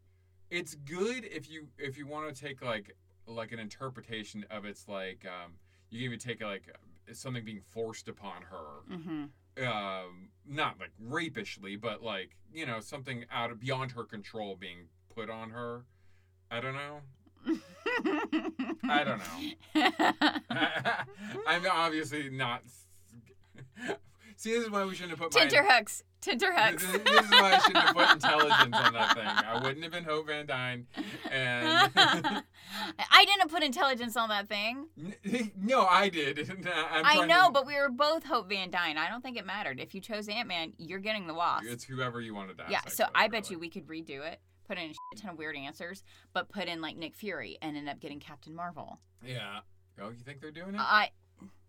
it's good if you if you want to take like like an interpretation of it's like um, you can even take like uh, something being forced upon her, Mm-hmm. um, not like rapishly, but like you know something out of beyond her control being put on her. I don't know. Mm-hmm. I don't [laughs] [laughs] know. I'm obviously not. See, this is why we shouldn't have put my. Tinterhooks. This, Tinterhooks. [laughs] is- this is why I shouldn't have put intelligence on that thing. I wouldn't have been Hope Van Dyne. And [laughs] I didn't put intelligence on that thing. no, I did. [laughs] Nah, I'm i trying know, to- but we were both Hope Van Dyne. I don't think it mattered. If you chose Ant Man, you're getting the wasp. it's whoever you wanted to ask. yeah, so actually, I bet really. you we could redo it, put in a shit ton of weird answers, but put in like Nick Fury and end up getting Captain Marvel. Yeah. Oh, you think they're doing it? I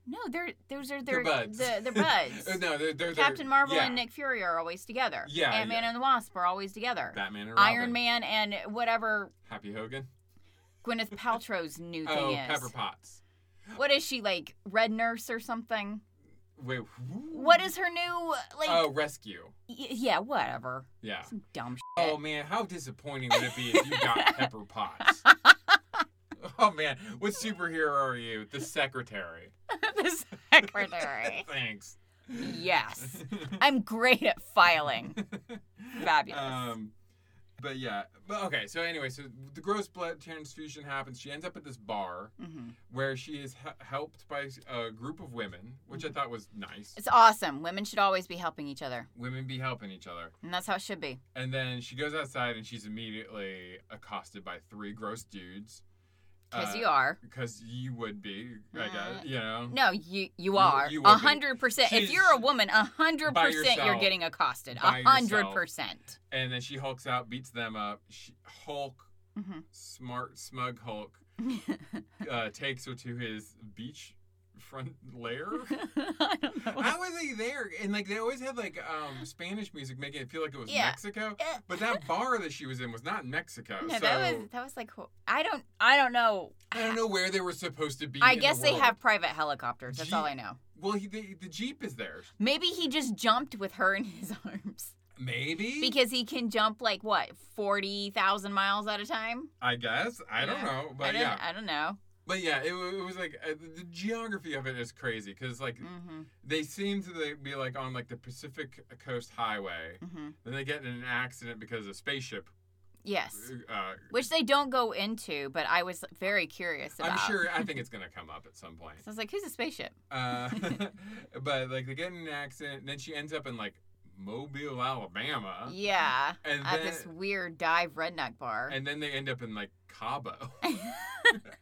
no, Uh, they're those are they're their buds. The, [laughs] they're buds. Uh, no, they're, they're Captain Marvel yeah. and Nick Fury are always together. Yeah, Ant Man yeah. and the Wasp are always together. Batman and Iron Robin. Man and whatever Happy Hogan. Gwyneth Paltrow's new thing [laughs] Oh, is. Pepper Potts. What is she like? Red Nurse or something? Wait. who? What is her new like? Oh, Rescue. y- yeah, whatever. Yeah. Some dumb shit. [laughs] Oh man, how disappointing would it be if you got Pepper Potts? [laughs] oh man, what superhero are you? The secretary. the [laughs] secretary. Thanks. yes, I'm great at [laughs] filing. Fabulous. Um, but yeah, but okay. So anyway, so the gross blood transfusion happens. She ends up at this bar Mhm. where she is he- helped by a group of women, which I thought was nice. It's awesome. Women should always be helping each other, Women be helping each other. and that's how it should be. And then she goes outside and she's immediately accosted by three gross dudes. Because Uh, you are. Because you would be, I Uh, guess, you know. No, you you You- are. you A will be. hundred percent. If She's- you're a woman, a hundred By percent you're yourself. getting accosted. By A hundred percent. And then she hulks out, beats them up. She, Hulk, Mhm. smart, smug Hulk, Mm-hmm. uh, takes her to his beach front lair. [laughs] [laughs] [laughs] I don't know. How was he there? And like they always had like um Spanish music making it feel like it was [laughs] Yeah. Mexico. Eh. But that [laughs] bar that she was in was not in Mexico. No, so that was that was like ho- I don't I don't know. I don't know where they were supposed to be. I in the guess they world. have private helicopters. That's Gee. all I know. Well, he, the, the Jeep is there. Maybe he just jumped with her in his [laughs] arms Maybe. because he can jump like what forty thousand miles at a time. I guess. I don't Yeah. know. I But don't, yeah. I don't know. But yeah, it, wa- it was like uh, the geography of it is crazy because like hmm they seem to like, be like on like the Pacific Coast Highway. hmm Then they get in an accident because a spaceship. Yes, Uh, which they don't go into, but I was very curious about. I'm sure. I think it's gonna come up at some point. So I was like, "Who's a spaceship?" Uh, [laughs] but like they get in an accident, and then she ends up in like Mobile, Alabama. yeah, Uh-huh. And at then this weird dive redneck bar. and then they end up in like [laughs] Cabo.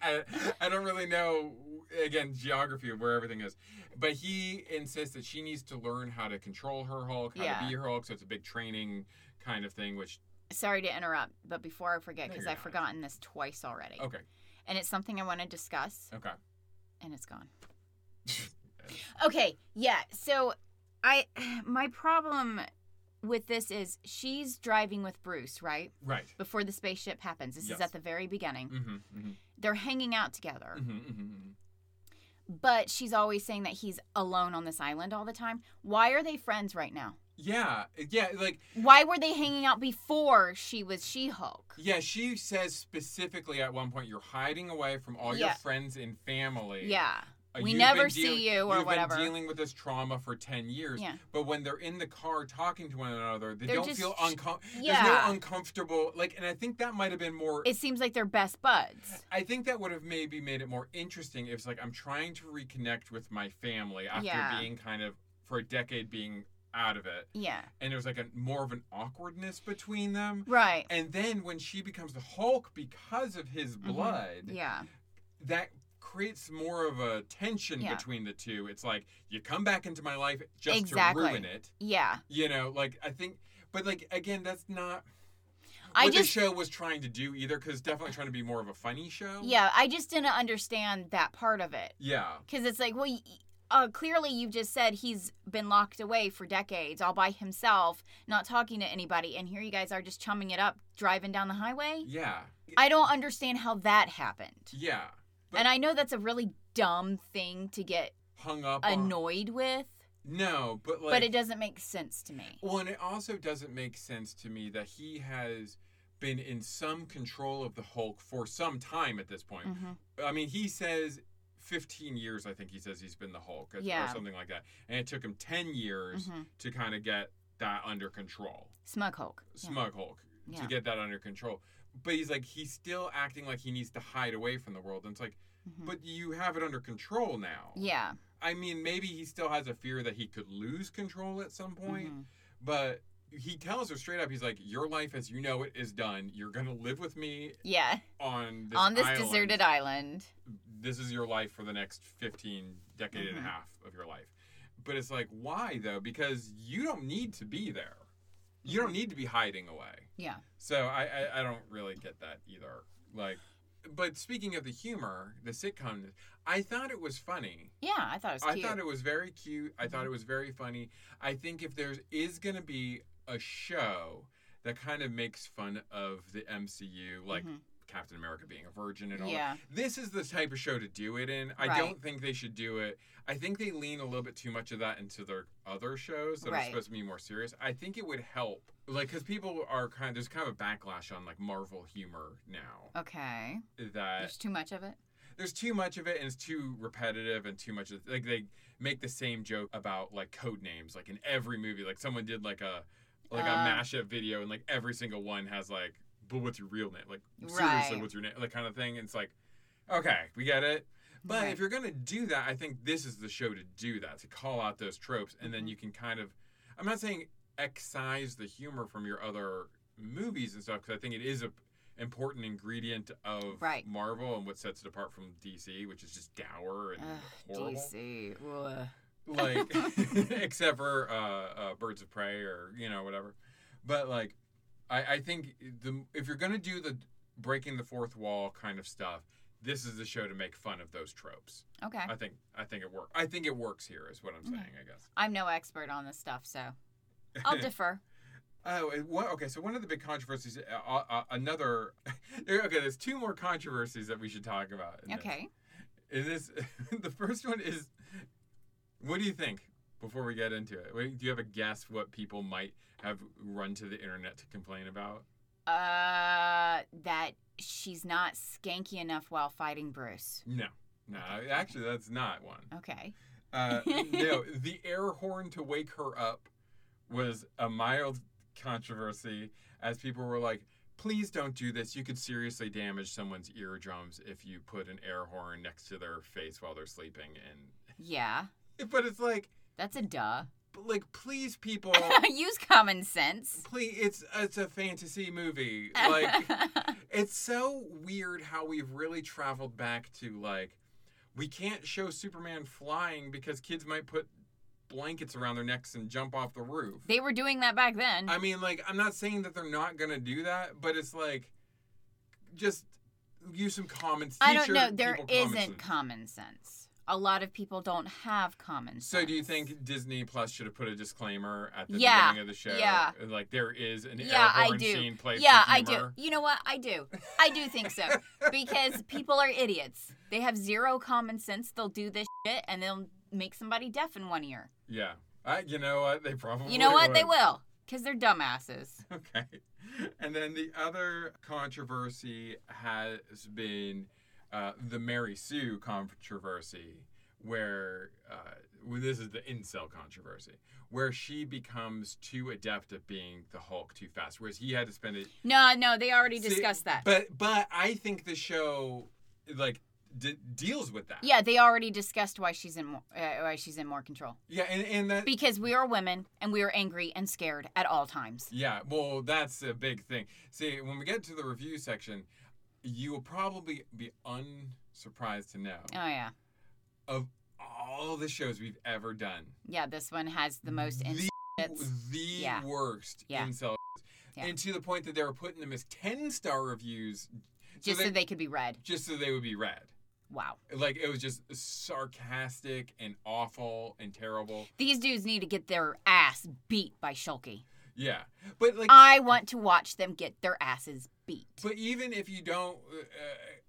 I, I don't really know again geography of where everything is, but he insists that she needs to learn how to control her Hulk, how Yeah. to be her Hulk. So it's a big training kind of thing. Which Sorry to interrupt, but before I forget, No, because you're I've not. forgotten this twice already, okay, and it's something I want to discuss, okay, and it's [laughs] gone. Okay, yeah. So I [sighs] my problem with this is she's driving with Bruce, right? right. Before the spaceship happens. This Yes. is at the very beginning. Mm-hmm, mm-hmm, They're hanging out together, mm-hmm, mm-hmm. but she's always saying that he's alone on this island all the time. Why are they friends right now? Yeah, yeah. Like Why were they hanging out before she was She-Hulk? yeah, she says specifically at one point, "You're hiding away from all Yeah. your friends and family." Yeah. Uh, We you've never been see dealing- you or you've whatever. Been dealing with this trauma for ten years. Yeah. But when they're in the car talking to one another, they They're don't just- feel uncomfortable. There's yeah. no uncomfortable. Like, and I think that might have been more. It seems like they're best buds. I think that would have maybe made it more interesting if it's like I'm trying to reconnect with my family after Yeah. being kind of for a decade being out of it, Yeah. and there's like a more of an awkwardness between them. Right. And then when she becomes the Hulk because of his blood, Mm-hmm. Yeah. that creates more of a tension Yeah. between the two. It's like you come back into my life just Exactly. to ruin it. Yeah. You know, like I think, but like again, that's not I what just the show was trying to do either, because definitely trying to be more of a funny show. yeah, I just didn't understand that part of it Yeah. because it's like, well, y- uh, clearly you've just said he's been locked away for decades, all by himself, not talking to anybody, and here you guys are just chumming it up, driving down the highway. Yeah. I don't understand how that happened, Yeah. But- and I know that's a really dumb thing to get Hung up. on- annoyed with, No, but like. but it doesn't make sense to me. Well, and it also doesn't make sense to me that he has been in some control of the Hulk for some time at this point. hmm I mean, he says 15 years, I think he says he's been the Hulk or- Yeah. or something like that. And it took him 10 years hmm to kind of get that under control. Smug Hulk. Yeah. Smug Hulk, Yeah. to get that under control. But he's like, he's still acting like he needs to hide away from the world. And it's like, Mhm. but you have it under control now. Yeah. I mean, maybe he still has a fear that he could lose control at some point, Mhm. but he tells her straight up, he's like, Your life as you know it is done. You're going to live with me Yeah. on this On this island. deserted island. This is your life for the next 15 decade Mhm. and a half of your life. But it's like, why though? Because you don't need to be there. You Mm-hmm. don't need to be hiding away. Yeah. So I, I, I don't really get that either. Like, but speaking of the humor, the sitcom, I thought it was funny. Yeah, I thought it was I cute. thought it was very cute. I thought it was very funny. I think if there is going to be a show that kind of makes fun of the MCU, like Mhm. Captain America being a virgin and all, that, yeah. this is the type of show to do it in. I Right. don't think they should do it. I think they lean a little bit too much of that into their other shows that Right. are supposed to be more serious. I think it would help, like, because people are kind. There's kind of a backlash on like Marvel humor now Okay. that There's too much of it. there's too much of it and it's too repetitive and too much of, like they make the same joke about like code names like in every movie like someone did like a like a Uh. mashup video and like every single one has like but what's your real name like seriously Right. what's your name that kind of thing and it's like okay we get it but Right. if you're gonna do that i think this is the show to do that to call out those tropes and then Mhm. you can kind of i'm not saying excise the humor from your other movies and stuff because i think it is a important ingredient of Right. Marvel and what sets it apart from DC, which is just dour and Ugh, horrible. DC. Ugh. [laughs] Like, [laughs] except for uh, uh, Birds of Prey or you know whatever. But like, I, I think the if you're gonna do the breaking the fourth wall kind of stuff, this is the show to make fun of those tropes. Okay. I think I think it works. I think it works here is what Mm-hmm. I'm saying. I guess. I'm no expert on this stuff, so [laughs] I'll defer. Oh, and one- okay. So one of the big controversies, uh, uh, another. [laughs] there- okay, there's two more controversies that we should talk about. in this. Okay. Is [laughs] this the first one? Is what do you think before we get into it? Wait, Do you have a guess what people might have run to the internet to complain about? Uh, that she's not skanky enough while fighting Bruce. No, no. Actually, that's not one. Okay. Uh, no, the air horn to wake her up was a mild controversy as people were like, please don't do this. You could seriously damage someone's eardrums if you put an air horn next to their face while they're sleeping. Yeah. And [laughs] but it's like, That's a duh. [laughs] but like, please, people, Use common sense. please. It's it's a fantasy movie. Like, it's so weird how we've really traveled back to like we can't show superman flying because kids might put blankets around their necks and jump off the roof [laughs] they were doing that back then. i mean like i'm not saying that they're not gonna do that but it's like just use some common sense I don't know. There people common isn't sense. common sense. A lot of people don't have common sense. so do you think Disney Plus should have put a disclaimer at the Yeah, beginning of the show? yeah. Like there is an Yeah, I airborne do. scene played yeah, for I do. humor. You know what? I do. I do think [laughs] so because people are idiots. They have zero common sense. They'll do this shit and they'll make somebody deaf in one ear. Yeah. I, you know what? They probably You know what? They would. will because they're dumbasses. [laughs] Okay. And then the other controversy has been uh, the Mary Sue controversy, where uh, well, this is the incel controversy, where she becomes too adept at being the Hulk too fast, whereas he had to spend it. No, no, they already See, discussed that. But but I think the show like d- deals with that. Yeah, they already discussed why she's in more, uh, why she's in more control Yeah, and, and that because we are women and we are angry and scared at all times. Yeah, well, that's a big thing. See, when we get to the review section, you will probably be unsurprised to know Oh yeah, of all the shows we've ever done, yeah. This one has the most The- ins- shits. the yeah. worst Yeah. incel. Yeah. And to the point that they were putting them as 10 star reviews just so they- they could be read. just so they would be read. Wow, Like, it was just sarcastic and awful and terrible. these dudes need to get their ass beat by Shulky. Yeah. But, like, I want to watch them get their asses beat. but even if you don't, uh,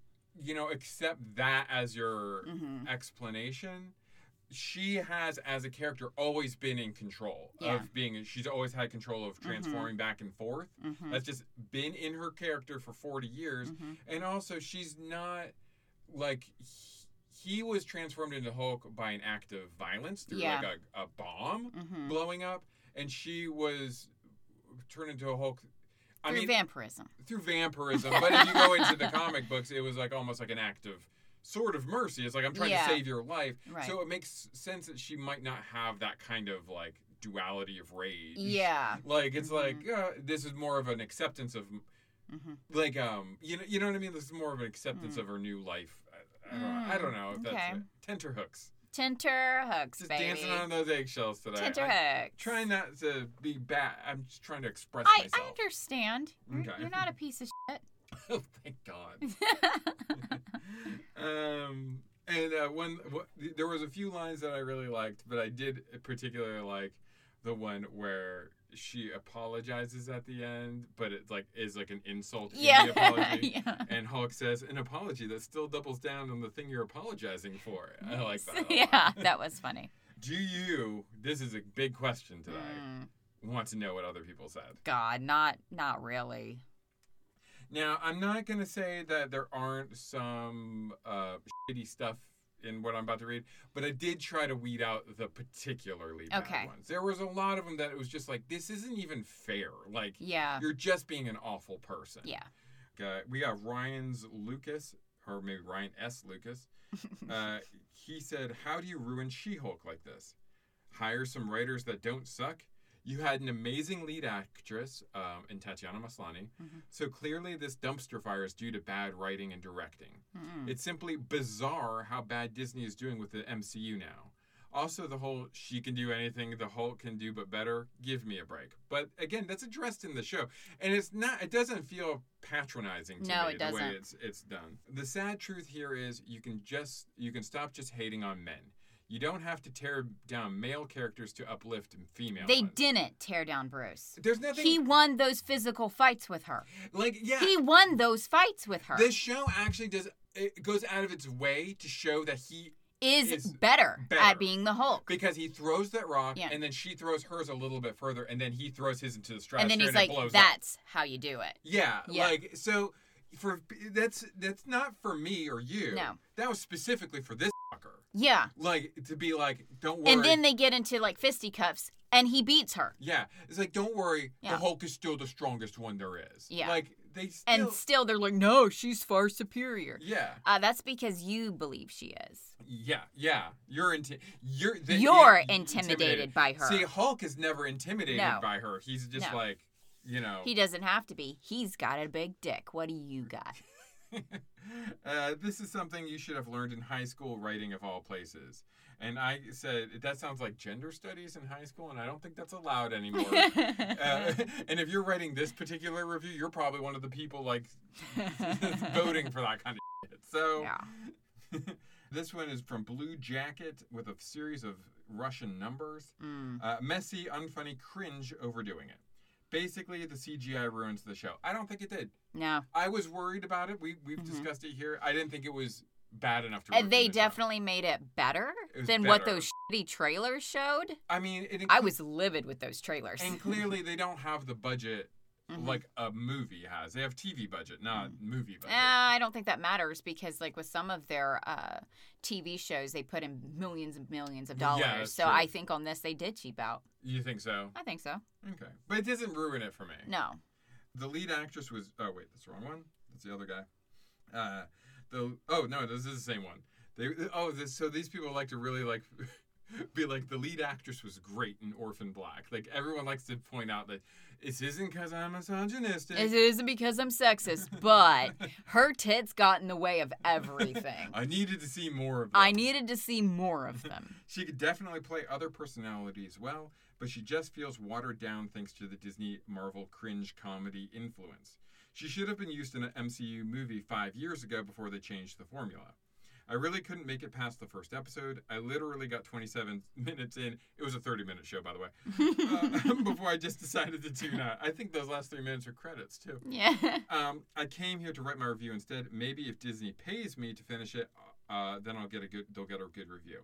you know, accept that as your hmm explanation she has as a character always been in control Yeah. Mm-hmm. of being she's always had control of transforming back and forth hmm that's just been in her character for 40 years hmm and also she's not like he, he was transformed into hulk by an act of violence through Yeah. like a, a bomb hmm blowing up and she was turned into a hulk i Through mean vampirism. through vampirism. But if you go into the comic books, it was like almost like an act of sort of mercy. It's like I'm trying Yeah. to save your life. Right. So it makes sense that she might not have that kind of like duality of rage. Yeah. Mm-hmm. Like it's like uh, this is more of an acceptance of hmm like um you know you know what I mean. This is more of an acceptance Mm. of her new life. I, I, don't, know. I Mm, don't know if that's okay. it. tenterhooks. Tinter hooks, Just baby. dancing on those eggshells today. Tinter I'm hooks. trying not to be bad. I'm just trying to express I, I myself. understand. You're, Okay. you're not a piece of shit. [laughs] oh, thank God. um, and uh, one, wh- there was a few lines that I really liked, but I did particularly like the one where she apologizes at the end, but it like is like an insult in the yeah. [laughs] apology. yeah. And Hulk says, "An apology that still doubles down on the thing you're apologizing for." I like [laughs] that. a lot. yeah, that was [laughs] funny. Do you? This is a big question today. Mm, Want to know what other people said? God, not not really. Now, I'm not going to say that there aren't some uh, shitty stuff in what I'm about to read, but I did try to weed out the particularly bad Okay. ones. There was a lot of them that it was just like, this isn't even fair. Like, Yeah. you're just being an awful person. Yeah. Okay, we got Ryan's Lucas, or maybe Ryan S. Lucas. Uh, he said, How do you ruin She Hulk like this? Hire some writers that don't suck? You had an amazing lead actress um, in Tatiana Maslany, Mhm. so clearly this dumpster fire is due to bad writing and directing. Mm-mm. It's simply bizarre how bad Disney is doing with the MCU now. Also, the whole she can do anything the Hulk can do but better, give me a break. But again, that's addressed in the show. And it's not, it doesn't feel patronizing to No, me it the way doesn't. it's, it's done. The sad truth here is you can just, you can stop just hating on men. You don't have to tear down male characters to uplift female They ones. didn't tear down Bruce. There's nothing, He won those physical fights with her. like, yeah. He won those fights with her. this show actually does, it goes out of its way to show that he is, is better, better. at being the Hulk. Because he throws that rock, Yeah. and then she throws hers a little bit further, and then he throws his into the stratosphere, And then he's it like, blows up. "That's how you do it." Yeah, Yeah. like so. For that's that's not for me or you. No. that was specifically for this fucker. Yeah. Like to be like, don't worry. And then they get into like fisticuffs, and he beats her, yeah, it's like, don't worry. The Yeah. Hulk is still the strongest one there is. Yeah. like they still. and still they're like, "No, she's far superior." yeah, Uh, that's because you believe she is. yeah, yeah. You're inti- you're the- You're you- intimidated by her. See, Hulk is never intimidated No. by her. He's just No. like, you know, He doesn't have to be. He's got a big dick. What do you [laughs] got? [laughs] uh, this is something you should have learned in high school writing of all places. And I said, that sounds like gender studies in high school, and I don't think that's allowed anymore. uh, [laughs] and if you're writing this particular review, you're probably one of the people like [laughs] voting for that kind of shit. So Yeah. [laughs] this one is from Blue Jacket with a series of Russian numbers. Mm. Uh, messy, unfunny, cringe, overdoing it. Basically, the CGI ruins the show. I don't think it did. No. I was worried about it. We we've Mhm. discussed it here. I didn't think it was bad enough to. Uh, ruin They the show. definitely made it better It was than what better. those shitty trailers showed. I mean, it I inclu- was livid with those trailers. And clearly, they don't have [laughs] the budget Mhm. like a movie has. They have TV budget, not movie budget. Uh, I don't think that matters because, like, with some of their uh, TV shows, they put in millions and millions of Yeah, dollars. that's so true. I think on this, they did cheap out. you think so? I think so. Okay, but it doesn't ruin it for me. No. The lead actress was. Oh wait, that's the wrong one. That's the other guy. Uh, the oh no, this is the same one. They oh this, so these people like to really like [laughs] be like the lead actress was great in Orphan Black. Like everyone likes to point out that this isn't because I'm misogynistic. It isn't because I'm sexist, [laughs] but her tits got in the way of everything. [laughs] I needed to see more of. That. I needed to see more of them. She could definitely play other personalities well, but she just feels watered down thanks to the Disney Marvel cringe comedy influence. She should have been used in an MCU movie five years ago before they changed the formula. I really couldn't make it past the first episode. I literally got 27 [laughs] minutes in. It was a 30 minute show, by the way, [laughs] uh, [laughs] before I just decided to tune out. I think those last three minutes are credits, too. [laughs] Yeah. Um, I came here to write my review instead. Maybe if Disney pays me to finish it, uh, then I'll get a good. They'll get a good review.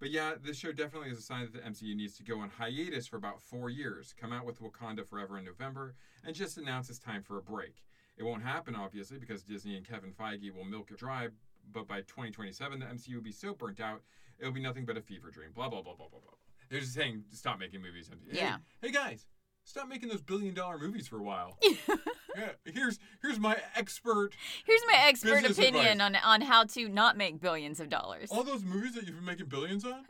But yeah, this show definitely is a sign that the MCU needs to go on hiatus for about four years. Come out with Wakanda Forever in November, and just announce it's time for a break. It won't happen, obviously, because Disney and Kevin Feige will milk it dry. But by 2027, the MCU will be so burnt out, it'll be nothing but a fever dream. Blah blah blah blah blah blah. They're just saying, stop making movies. Hey, Yeah. Hey guys, stop making those billion dollar movies for a while. [laughs] Yeah, here's here's my expert. Here's my expert Business opinion advice. on on how to not make billions of dollars. All those movies that you've been making [laughs] billions on.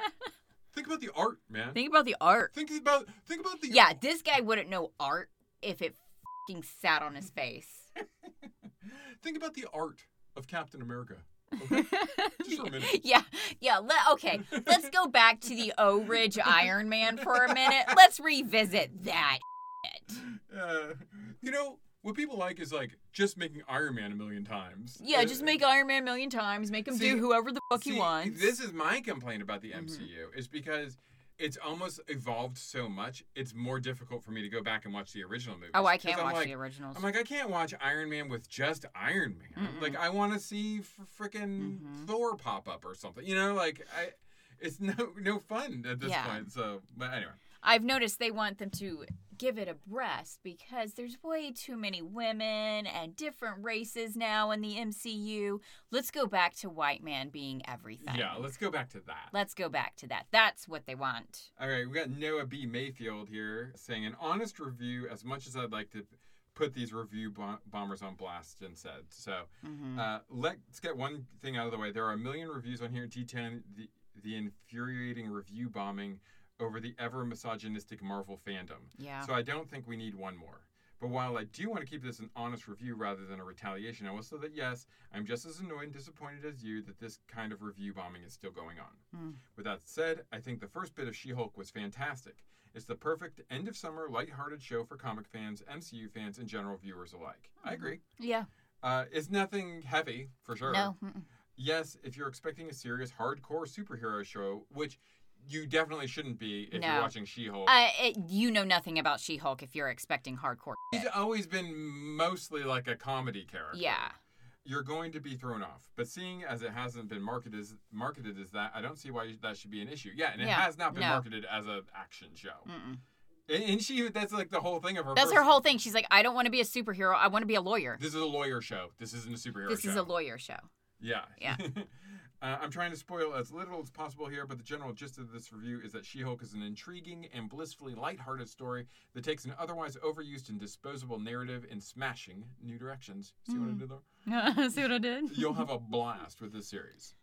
think about the art, man. Think, Think about the art. about think about the Yeah, this guy wouldn't know art if it fucking sat on his face. [laughs] Think about the art of Captain America. [laughs] Okay? Just for a minute. Yeah, yeah. Let, okay, let's go back to the O Ridge Iron Man for a minute. Let's revisit that. shit. Uh, you know what people like is like just making Iron Man a million times. Yeah, Uh, just make Iron Man a million times. Make him See, do whoever the fuck he See, wants. Mm-hmm. This is my complaint about the MCU is because it's almost evolved so much. It's more difficult for me to go back and watch the original movies. oh, I 'Cause can't I'm watch like, the originals. I'm like, I can't watch Iron Man with just Iron Man. Like, I want to see freaking Mhm. Thor pop up or something. You know, like I, it's [laughs] no no fun at this Yeah. point. So, but anyway, I've noticed they want them to give it a breast because there's way too many women and different races now in the MCU. Let's go back to white man being everything. yeah, let's go back to that. Let's go back to that. That's what they want. All right, we got Noah B. Mayfield here saying an honest review. As much as I'd like to put these review bom- bombers on blast, and said so. Mhm. Uh, let's get one thing out of the way. There are a million reviews on here detailing the, the infuriating review bombing over the ever misogynistic Marvel fandom. Yeah. So I don't think we need one more. But while I do want to keep this an honest review rather than a retaliation, I will say that yes, I'm just as annoyed and disappointed as you that this kind of review bombing is still going on. Mm. With that said, I think the first bit of She Hulk was fantastic. It's the perfect end of summer, lighthearted show for comic fans, MCU fans, and general viewers alike. Hmm. I agree. yeah. Uh, it's nothing heavy, for sure. No. mm-mm. Yes, if you're expecting a serious, hardcore superhero show, which you definitely shouldn't be if No. you're watching She Hulk. Uh, it, you know nothing about She-Hulk if you're expecting hardcore. He's always been mostly like a comedy character. Yeah. You're going to be thrown off. But seeing as it hasn't been marketed as, marketed as that, I don't see why that should be an issue. Yeah, and it Yeah, has not been no. marketed as an action show. Mm-mm. And, and she that's like the whole thing of her That's her first- whole thing. She's like, I don't want to be a superhero. I want to be a lawyer. This is a lawyer show. This isn't a superhero This show. is a lawyer show. Yeah. Yeah. [laughs] uh, I'm trying to spoil as little as possible here, but the general gist of this review is that She Hulk is an intriguing and blissfully lighthearted story that takes an otherwise overused and disposable narrative in smashing new directions. See what I Hmm. did [laughs] there? See what I did? You'll have a blast with this series.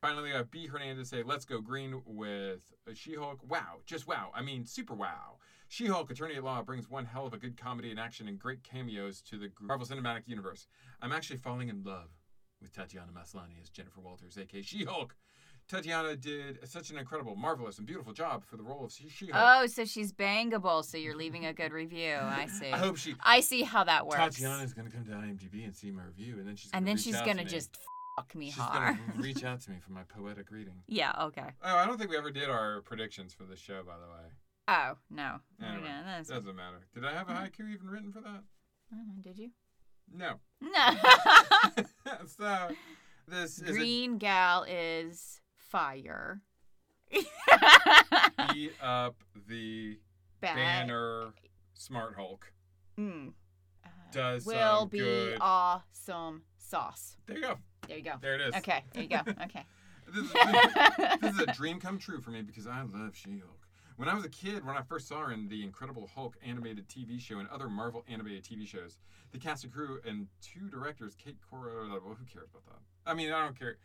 Finally, I have B. Hernandez say, Let's go green with She Hulk. Wow, just wow. I mean, super wow. She Hulk, Attorney at Law, brings one hell of a good comedy and action and great cameos to the Marvel Cinematic Universe. I'm actually falling in love with Tatiana Maslany as Jennifer Walters, aka She Hulk. Tatiana did such an incredible, marvelous, and beautiful job for the role of She Hulk. Oh, so she's bangable. So you're leaving a good review. Oh, [laughs] I see. I hope she. I see how that works. Tatiana's going to come to IMDb and see my review, and then she's and gonna then reach she's out to gonna me. just fuck me She's hard. gonna reach out to me for my poetic reading. [laughs] yeah. Okay. Oh, I don't think we ever did our predictions for the show, by the way. Oh no. No, Anyway, no, that's- Doesn't matter. Did I have a Hmm. haiku even written for that? I don't know, Did [laughs] you? No. [laughs] No. so this is Green gal is [laughs] fire. a beat up the Bad. banner smart Hulk. Mm. Uh, Does will sound be good. awesome sauce. There you go. There you go. There it is. Okay. [laughs] There you go. Okay. [laughs] This is, this is a dream come true for me because I love She Hulk. When I was a kid, when I first saw her in the Incredible Hulk animated TV show and other Marvel animated TV shows, the cast and crew and two directors, Kate Cora, well, who cares about that? I mean, I don't care.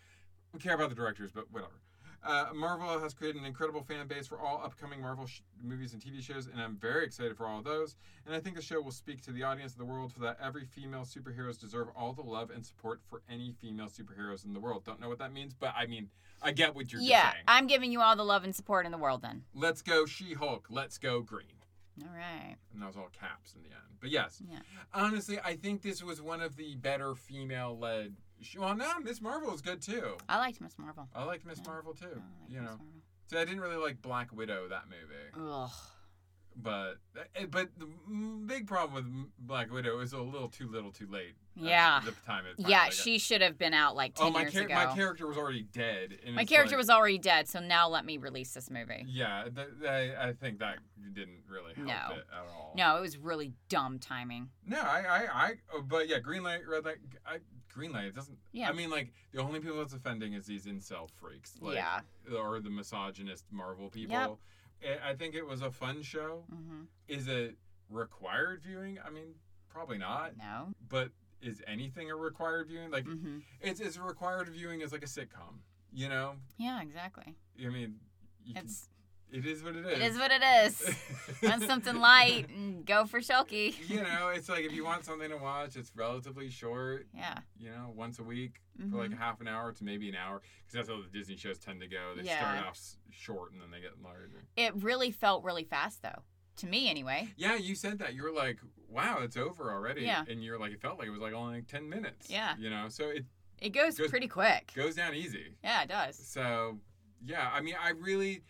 We care about the directors, but whatever. Uh, Marvel has created an incredible fan base for all upcoming Marvel sh- movies and TV shows, and I'm very excited for all of those. And I think the show will speak to the audience of the world for that every female superheroes deserve all the love and support for any female superheroes in the world. Don't know what that means, but I mean, I get what you're yeah, saying. I'm giving you all the love and support in the world then. Let's go She Hulk. Let's go Green. All right. And that was all caps in the end. But yes, Yeah. honestly, I think this was one of the better female led. Sh- well, no, Miss Marvel is good too. I liked Miss Marvel. I liked Miss Yeah. Marvel too. I liked Uh, you Miss know, see, I didn't really like Black Widow that movie, Marvel. Ugh. but eh, but the m- big problem with M- Black Widow is a little too little, too late. at Yeah. the time it. finally Yeah, got- she should have been out like 10 Oh, my years char- ago. my character was already dead. And My it's character like- was already dead, so now let me release this movie. Yeah, th- th- I, I think that didn't really help No. it at all. No, it was really dumb timing. No, I, I, I, oh, but yeah, green light, red light, I, green light. It doesn't. Yeah. I mean, like the only people that's offending is these incel freaks, like, Yeah. or the misogynist Marvel people. Eh, I I think it was a fun show. hmm Is it required viewing? I mean, probably not. No. But is anything a required viewing? Like, hmm it's it's required viewing as like a sitcom. You know, Yeah, [laughs] exactly. I mean, you can- It's it is what it is. it [laughs] is what it is. Want something light and go for [laughs] Shulky. You know, it's like if you want something to watch, it's relatively short. Yeah. you know, once a week for like Mhm. half an hour to maybe an hour, because that's how the Disney shows tend to go. They Yeah. start off s- short and then they get larger. It really felt really fast though. To me anyway. Yeah, you said that. You were like, "Wow, it's over already," Yeah. and you're like, it felt like it was like only like ten minutes. Yeah. you know, so it It goes Goes- pretty quick. goes down easy. Yeah, it does. So, yeah, I mean, I really,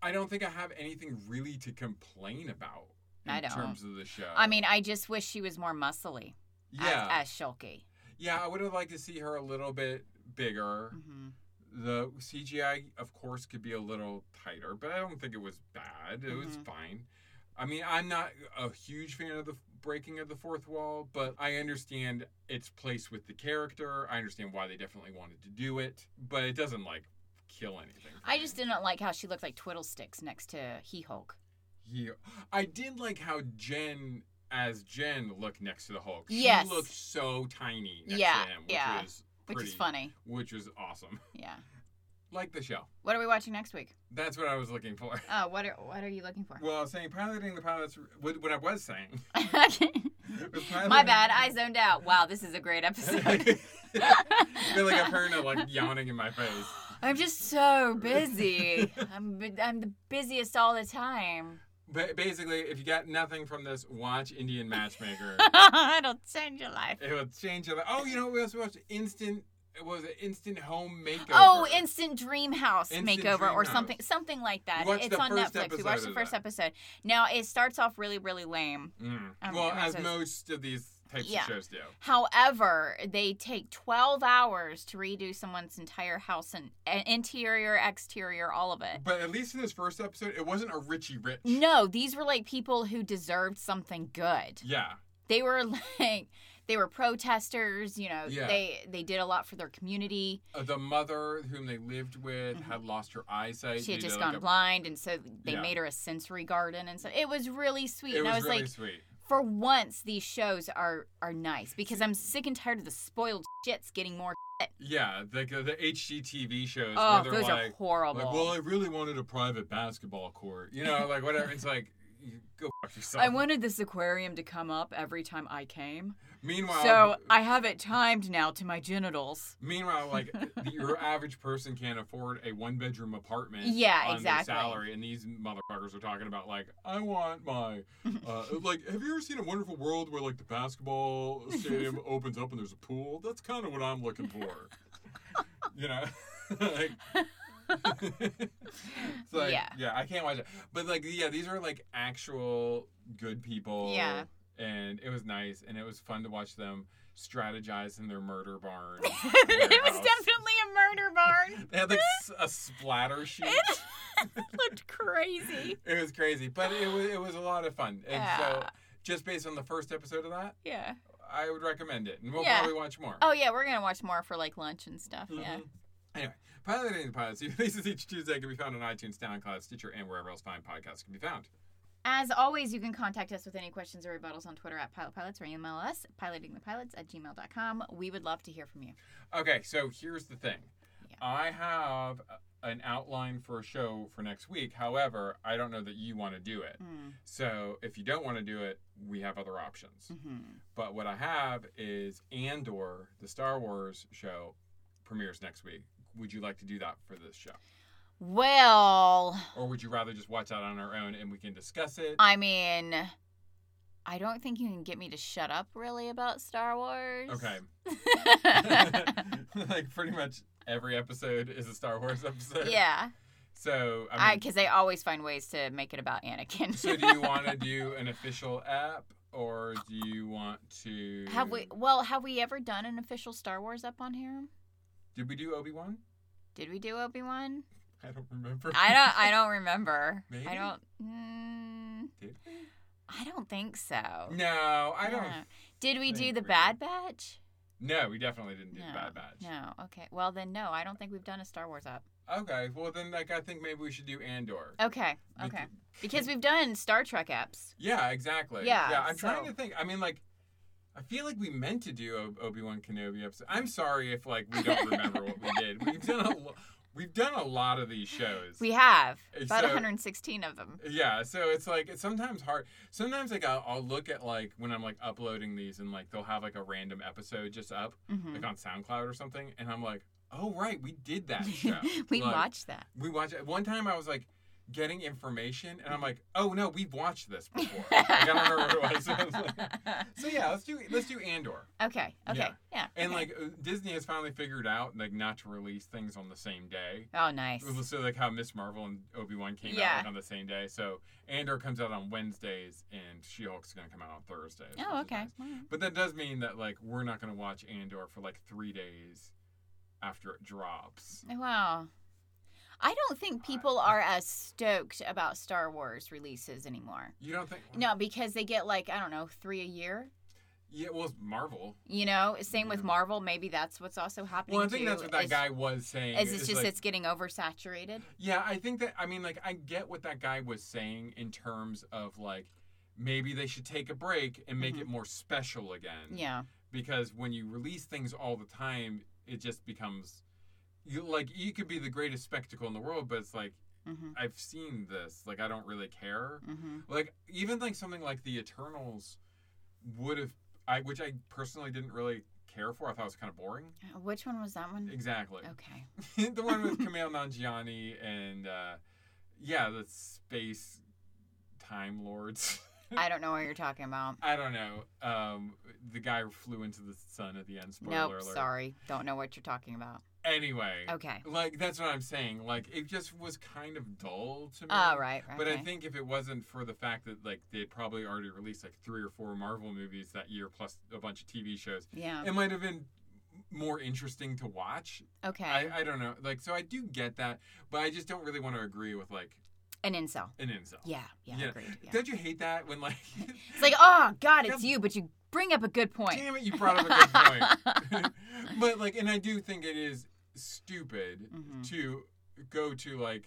I don't think I have anything really to complain about in I don't. terms of the show. I mean, I just wish she was more muscly yeah, as, as Shulky. yeah, I would have liked to see her a little bit bigger. hmm The CGI, of course, could be a little tighter, but I don't think it was bad. It was Mhm. fine. I mean, I'm not a huge fan of the f- breaking of the fourth wall, but I understand its place with the character. I understand why they definitely wanted to do it, but it doesn't like kill anything. for I me. just didn't like how she looked like Twiddle Sticks next to He Hulk. Yeah. I did like how Jen, as Jen, looked next to the Hulk. Yes. She looked so tiny next Yeah, to him, which yeah. was Which is pretty- funny. which was awesome. [laughs] Yeah. like the show. What are we watching next week? That's what I was looking for. [laughs] Oh, what are what are you looking for? [laughs] Well, I was saying piloting the pilots. What, what I was saying. [laughs] was piloting- My bad. [laughs] I zoned out. Wow, this is a great episode. I [laughs] feel [laughs] like I've heard her like yawning in my face. I'm just so busy. I'm bu- I'm the busiest all the time. But basically, if you got nothing from this, watch [laughs] Indian Matchmaker. [laughs] It'll change your life. it will change your life. Oh, you know what we also watched? Instant. It was an instant home makeover. Oh, instant dream house Instant makeover Dream or House. something something like that. We watched it's the on first Netflix. We episode watched the of first that. episode. Now it starts off really really lame. Mm. Um, Well, it as says- most of these types Yeah. of shows do. However, they take 12 hours to redo someone's entire house and and interior, exterior, all of it. But at least in this first episode, it wasn't a Richie Rich. No, these were like people who deserved something good. Yeah. They were [laughs] like they were protesters, you know. Yeah. They they did a lot for their community. Uh, The mother whom they lived with Mhm. had lost her eyesight. She had They did, just like, gone a- blind and so they Yeah. made her a sensory garden and so it was really sweet. It and was, I was really like sweet. for once these shows are are nice because I'm sick and tired of the spoiled shits getting more. Yeah, like the, the HGTV shows Oh, where they're those like, are horrible. Like, well, I really wanted a private basketball court. You know, like whatever. It's like, you go fuck yourself. I wanted this aquarium to come up every time I came. meanwhile, so I have it timed now to my genitals. [laughs] meanwhile, like the- your average person can't afford a one-bedroom apartment. Yeah, on their exactly. salary, and these motherfuckers are talking about like, I want my, uh, [laughs] like, have you ever seen a Wonderful World where like the basketball [laughs] stadium opens up and there's a pool? That's kind of what I'm looking for. you know. [laughs] like, it's like, Yeah. yeah. I can't watch it. But like, yeah, these are like actual good people. Yeah. And it was nice, and it was fun to watch them strategize in their murder barn. [laughs] it was warehouse. definitely a murder barn. They had like s- a [laughs] splatter sheet. It looked crazy. [laughs] it was crazy, but it was it was a lot of fun. And so, Yeah. just based on the first episode of that, Yeah. I would recommend it, and we'll Yeah. probably watch more. Oh yeah, we're gonna watch more for like lunch and stuff. Yeah. Mhm. Anyway, Pilot Dating the Pilots [laughs] releases each Tuesday. It can be found on iTunes, SoundCloud, Stitcher, and wherever else fine podcasts can be found. As always, you can contact us with any questions or rebuttals on Twitter at pilotpilots or email us pilotingthepilots at gmail.com. We would love to hear from you. Okay, so here's the thing. Yeah. I have a- an outline for a show for next week. However, I don't know that you want to do it. So if you don't want to do it, we have other options. Mm-hmm. But what I have is Andor, the Star Wars show, premieres next week. Would you like to do that for this show? Well, Or would you rather just watch that on our own and we can discuss it? I mean, I don't think you can get me to shut up really about Star Wars. Okay. [laughs] like pretty much every episode is a Star Wars [laughs] episode. yeah. So I I mean, because they always find ways to make it about Anakin. so [laughs] do you want to do an official app or do you want to have we? Well, have we ever done an official Star Wars up on here? Did we do Obi Wan? Did we do Obi Wan? I don't remember. I don't. I don't remember. Maybe. I don't. Mm, Did we? I don't think so. [laughs] No, I don't. No. Did we do think the we Bad Batch? No, we definitely didn't do No. Bad Batch. No. Okay. Well, then no. I don't think we've done a Star Wars up. Okay, well then, like I think maybe we should do Andor. Okay. Bec- Oh, Okay. Because we've done Star Trek apps. Yeah, exactly. Yeah, yeah. I'm trying so- to think. I mean, like, I feel like we meant to do Obi Wan Kenobi episode. I'm sorry if like we don't remember [laughs] what we did. We've done a lo- we've done a lot of these shows. We have And about so- 116 of them. yeah, so it's like it's sometimes hard. Sometimes like I'll, I'll look at like when I'm like uploading these and like they'll have like a random episode just up hmm like on SoundCloud or something, and I'm like, oh right, we did [laughs] that show. we Like, watched that. We watched it. One time I was like getting information, and I'm like, oh no, we've watched this before. like, I [laughs] don't remember what it was. [laughs] So, I was like- so yeah, let's do let's do Andor. okay. Okay. Yeah. Yeah. And okay. like uh, Disney has finally figured out like not to release things on the same day. Oh, nice. So like how Miss Marvel and Obi Wan came Yeah. out like, on the same day. So Andor comes out on Wednesdays, and She Hulk's gonna come out on Thursdays. Oh, which is okay. nice. But that does mean that like we're not gonna watch Andor for like three days after it drops. Wow. I don't think people are as stoked about Star Wars releases anymore. You don't think? No, because they get like, I don't know, three a year. Yeah, well, it's Marvel. You know, same with Yeah. Marvel. Maybe that's what's also happening. Well, I think too, that's what that is- guy was saying. Is it's just like- it's getting oversaturated. yeah, I think that I mean like I get what that guy was saying in terms of like maybe they should take a break and make Mhm. it more special again. Yeah. Because when you release things all the time, it just becomes you like you could be the greatest spectacle in the world, but it's like Mm-hmm. I've seen this. Like I don't really care. Mm-hmm. Like even like something like the Eternals would have I which I personally didn't really care for. I thought it was kind of boring. Which one was that one? Exactly. Okay. [laughs] the one with Camille Nanjiani and uh, yeah, the space time lords. [laughs] I don't know what you're talking about. I don't know. Um, the guy who flew into the sun at the end. [laughs] Spoiler Nope. alert. Sorry. Don't know what you're talking about. Anyway, Okay. like that's what I'm saying. Like it just was kind of dull to me. All right. right. But I okay. think if it wasn't for the fact that like they probably already released like three or four Marvel movies that year plus a bunch of TV shows, Yeah. it might have been more interesting to watch. Okay. I, I don't know. Like, so I do get that, but I just don't really want to agree with like An incel. an incel. Yeah. Yeah. Yeah. Agreed. Yeah. Don't you hate that when like, [laughs] It's like, oh God, Yeah. it's you, but you bring up a good point. damn it, you brought up a good [laughs] point. [laughs] but like, and I do think it is stupid Mhm. to go to like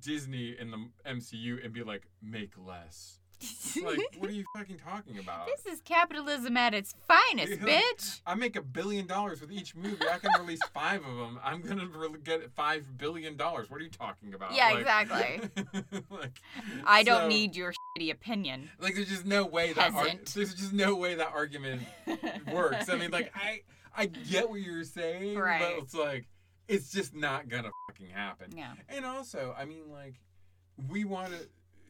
Disney and the MCU and be like, make less. [laughs] Like, what are you fucking talking about? this is capitalism at its finest, Yeah. bitch. I make a billion dollars with each movie. I can [laughs] release five of them. I'm gonna re- get five billion dollars. What are you talking about? Yeah, exactly. [laughs] like, I don't so, need your shitty opinion. Like, there's just no way that ar- Peasant. there's just no way that argument works. I mean, like, I I get what you're saying, Right. Mm. but it's like it's just not gonna fucking happen. [laughs] Yeah. And also, I mean, like, we want to.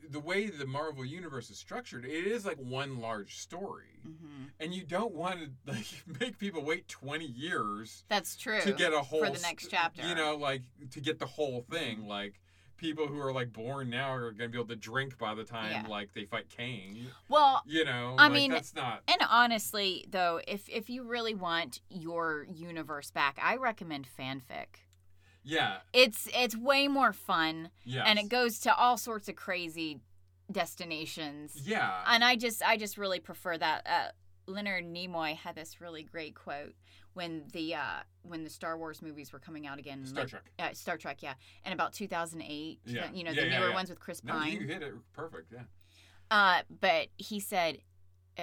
The way the Marvel universe is structured, it is like one large story, hmm and you don't want to [laughs] like make people wait twenty years That's true. to get a whole for the next st- chapter. Mm. You know, like to get the whole thing. Like people who are like born now are gonna be able to drink by the time Yeah. like they fight Kane. Well, You know, I like, mean- that's not. and honestly, though, if if you really want your universe back, I recommend fanfic. Yeah, It's it's way more fun, yeah, and it goes to all sorts of crazy destinations. Yeah, And I just I just really prefer that uh, Leonard Nimoy had this really great quote when the uh, when the Star Wars movies were coming out again. Star like- Trek. Uh, Star Trek, yeah, and about 2008. Yeah. You know Yeah, the yeah, newer yeah. ones with Chris No, Pine. [laughs] you hit it perfect. Yeah. Uh, but he said uh,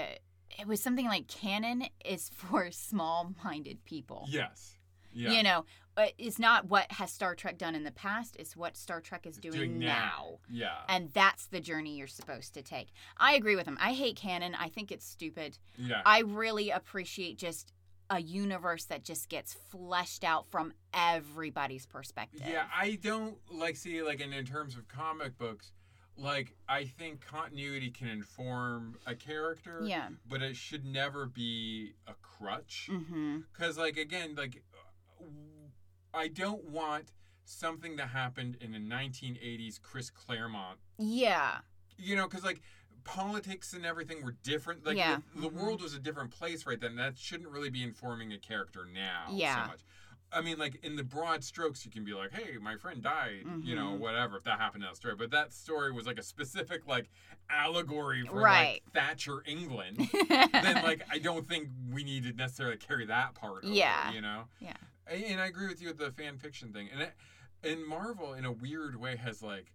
it was something like canon is for small-minded people. Yes. Yeah. You know, but it's not what has Star Trek done in the past; it's what Star Trek is It's doing, doing now. now. yeah. And that's the journey you're supposed to take. I agree with him. I hate canon. I think it's stupid. Yeah. I really appreciate just a universe that just gets fleshed out from everybody's perspective. Yeah, I don't like see like in, in terms of comic books, like I think continuity can inform a character, Yeah. but it should never be a crutch. Mm-hmm. Because like again, like I don't want something that happened in a 1980s Chris Claremont, Yeah. you know, because like politics and everything were different. Like Yeah. the, the Mhm. world was a different place right then. That shouldn't really be informing a character now Yeah. so much. I mean, like in the broad strokes, you can be like, "Hey, my friend died," you know, Mhm. whatever. If that happened in that story, but that story was like a specific like allegory for Right. like Thatcher England. then [laughs] like I don't think we need to necessarily carry that part. Over, Yeah. you know. Yeah. A- And I agree with you with the fan fiction thing, and it, and Marvel in a weird way has like,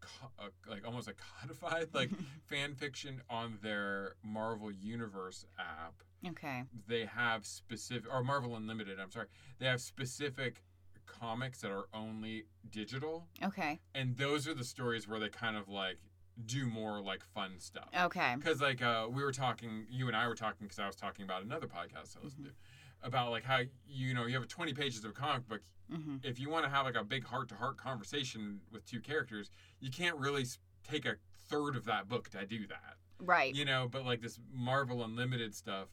co- uh, like almost like [laughs] codified [laughs] like fan fiction on their Marvel Universe app okay. they have specific or Marvel Unlimited, I'm sorry. They have specific comics that are only digital Okay. and those are the stories where they kind of like do more like fun stuff. Okay. Cuz like uh we were talking you and I were talking cuz I was talking about another podcast I listened to about like how you know you have a 20 pages of a comic book Mm-hmm. if you want to have like a big heart to heart conversation with two characters, you can't really s- take a third of that book to do that Right. you know but like this marvel unlimited stuff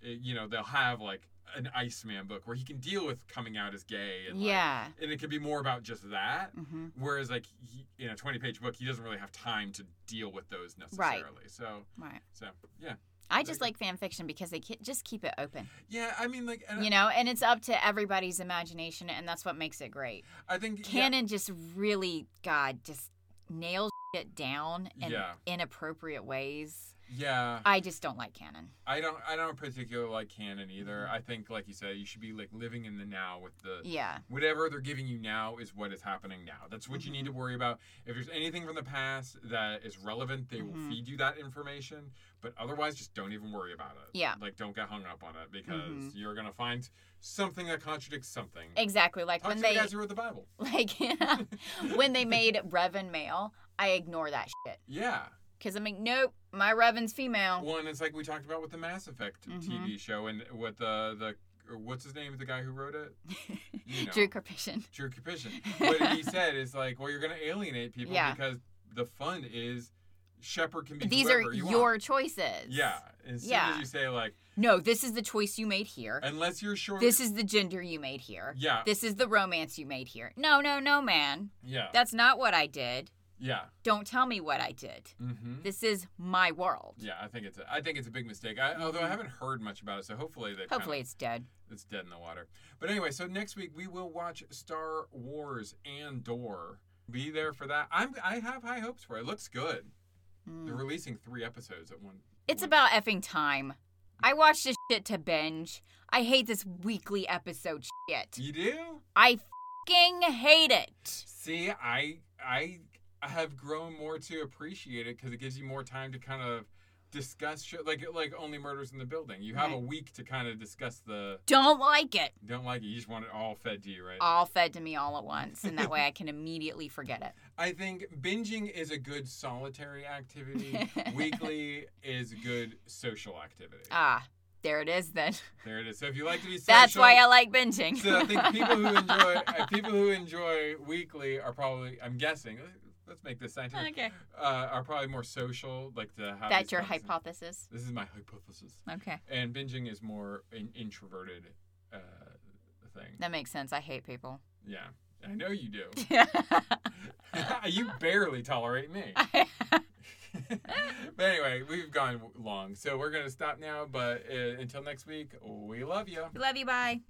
it, you know they'll have like an iceman book where he can deal with coming out as gay and like- Yeah. and it could be more about just that Mm-hmm. whereas like he, in a 20 page book he doesn't really have time to deal with those necessarily so Right. so yeah I just Like- like fan fiction because they ke- just keep it open, yeah i mean like and you know, and it's up to everybody's imagination, and that's what makes it great. i think yeah, Canon just really, God, just nails it down in Yeah. inappropriate ways. yeah I just don't like canon. i don't i don't particularly like canon either i think like you said you should be like living in the now with the Yeah. whatever they're giving you now is what is happening now. That's what you Mm-hmm. need to worry about. If there's anything from the past that is relevant, they Mhm. will feed you that information. But otherwise, just don't even worry about it. Yeah. Like, don't get hung up on it because Mhm. you're going to find something that contradicts something. Exactly. Like Talk when to they the [laughs] guys who wrote the Bible. like [laughs] when they made Revan male, I ignore that shit Yeah. because I'm like, nope, my Revan's female. One, it's like we talked about with the Mass Effect Mhm. TV show and what the, the, what's his name, the guy who wrote [laughs] it? You know. Drew Carpishin. Drew [laughs] Capition. What he said is like, well, you're going to alienate people Yeah. because the fun is Shepard can be These whoever are you your want. choices. Yeah. As soon Yeah. as you say like, No, this is the choice you made here. unless you're short, This is the gender you made here. yeah, This is the romance you made here. No, no, no, man. yeah, That's not what I did. yeah, Don't tell me what I did. hmm This is my world. yeah. I think it's a, I think it's a big mistake. I, although I Mhm. haven't heard much about it, so hopefully they kinda- Hopefully, it's dead. it's dead in the water. But anyway, so next week we will watch Star Wars Andor. Be there for that. I'm I have high hopes for it. It looks good. Mm. They're releasing three episodes at one. It's one- about effing time. I watch this shit to binge. I hate this weekly episode shit. You do? I fing hate it. See, I I have grown more to appreciate it because it gives you more time to kind of discuss shit like like only murders in the building. You have a Right. week to kind of discuss the Don't like it. don't like it. You just want it all fed to you, right? All fed to me all at once, and that way I can immediately forget [laughs] it. I think binging is a good solitary [laughs] activity. Weekly is a good social activity. Ah, there it is [laughs] then. There it is. So if you like to be social, That's why I like binging. so I think [laughs] people who enjoy uh, people who enjoy weekly are probably I'm guessing. uh, Let's make this scientific. okay. Uh, are probably more social, like to have. That's these your conversations. hypothesis. This is my hypothesis. Okay. And binging is more an introverted uh, thing. That makes sense. I hate [laughs] people. [laughs] Yeah. I know you do. [laughs] I you barely tolerate me. but anyway, we've gone long. So we're going to stop now. But uh, until next week, we love you. love you. Bye.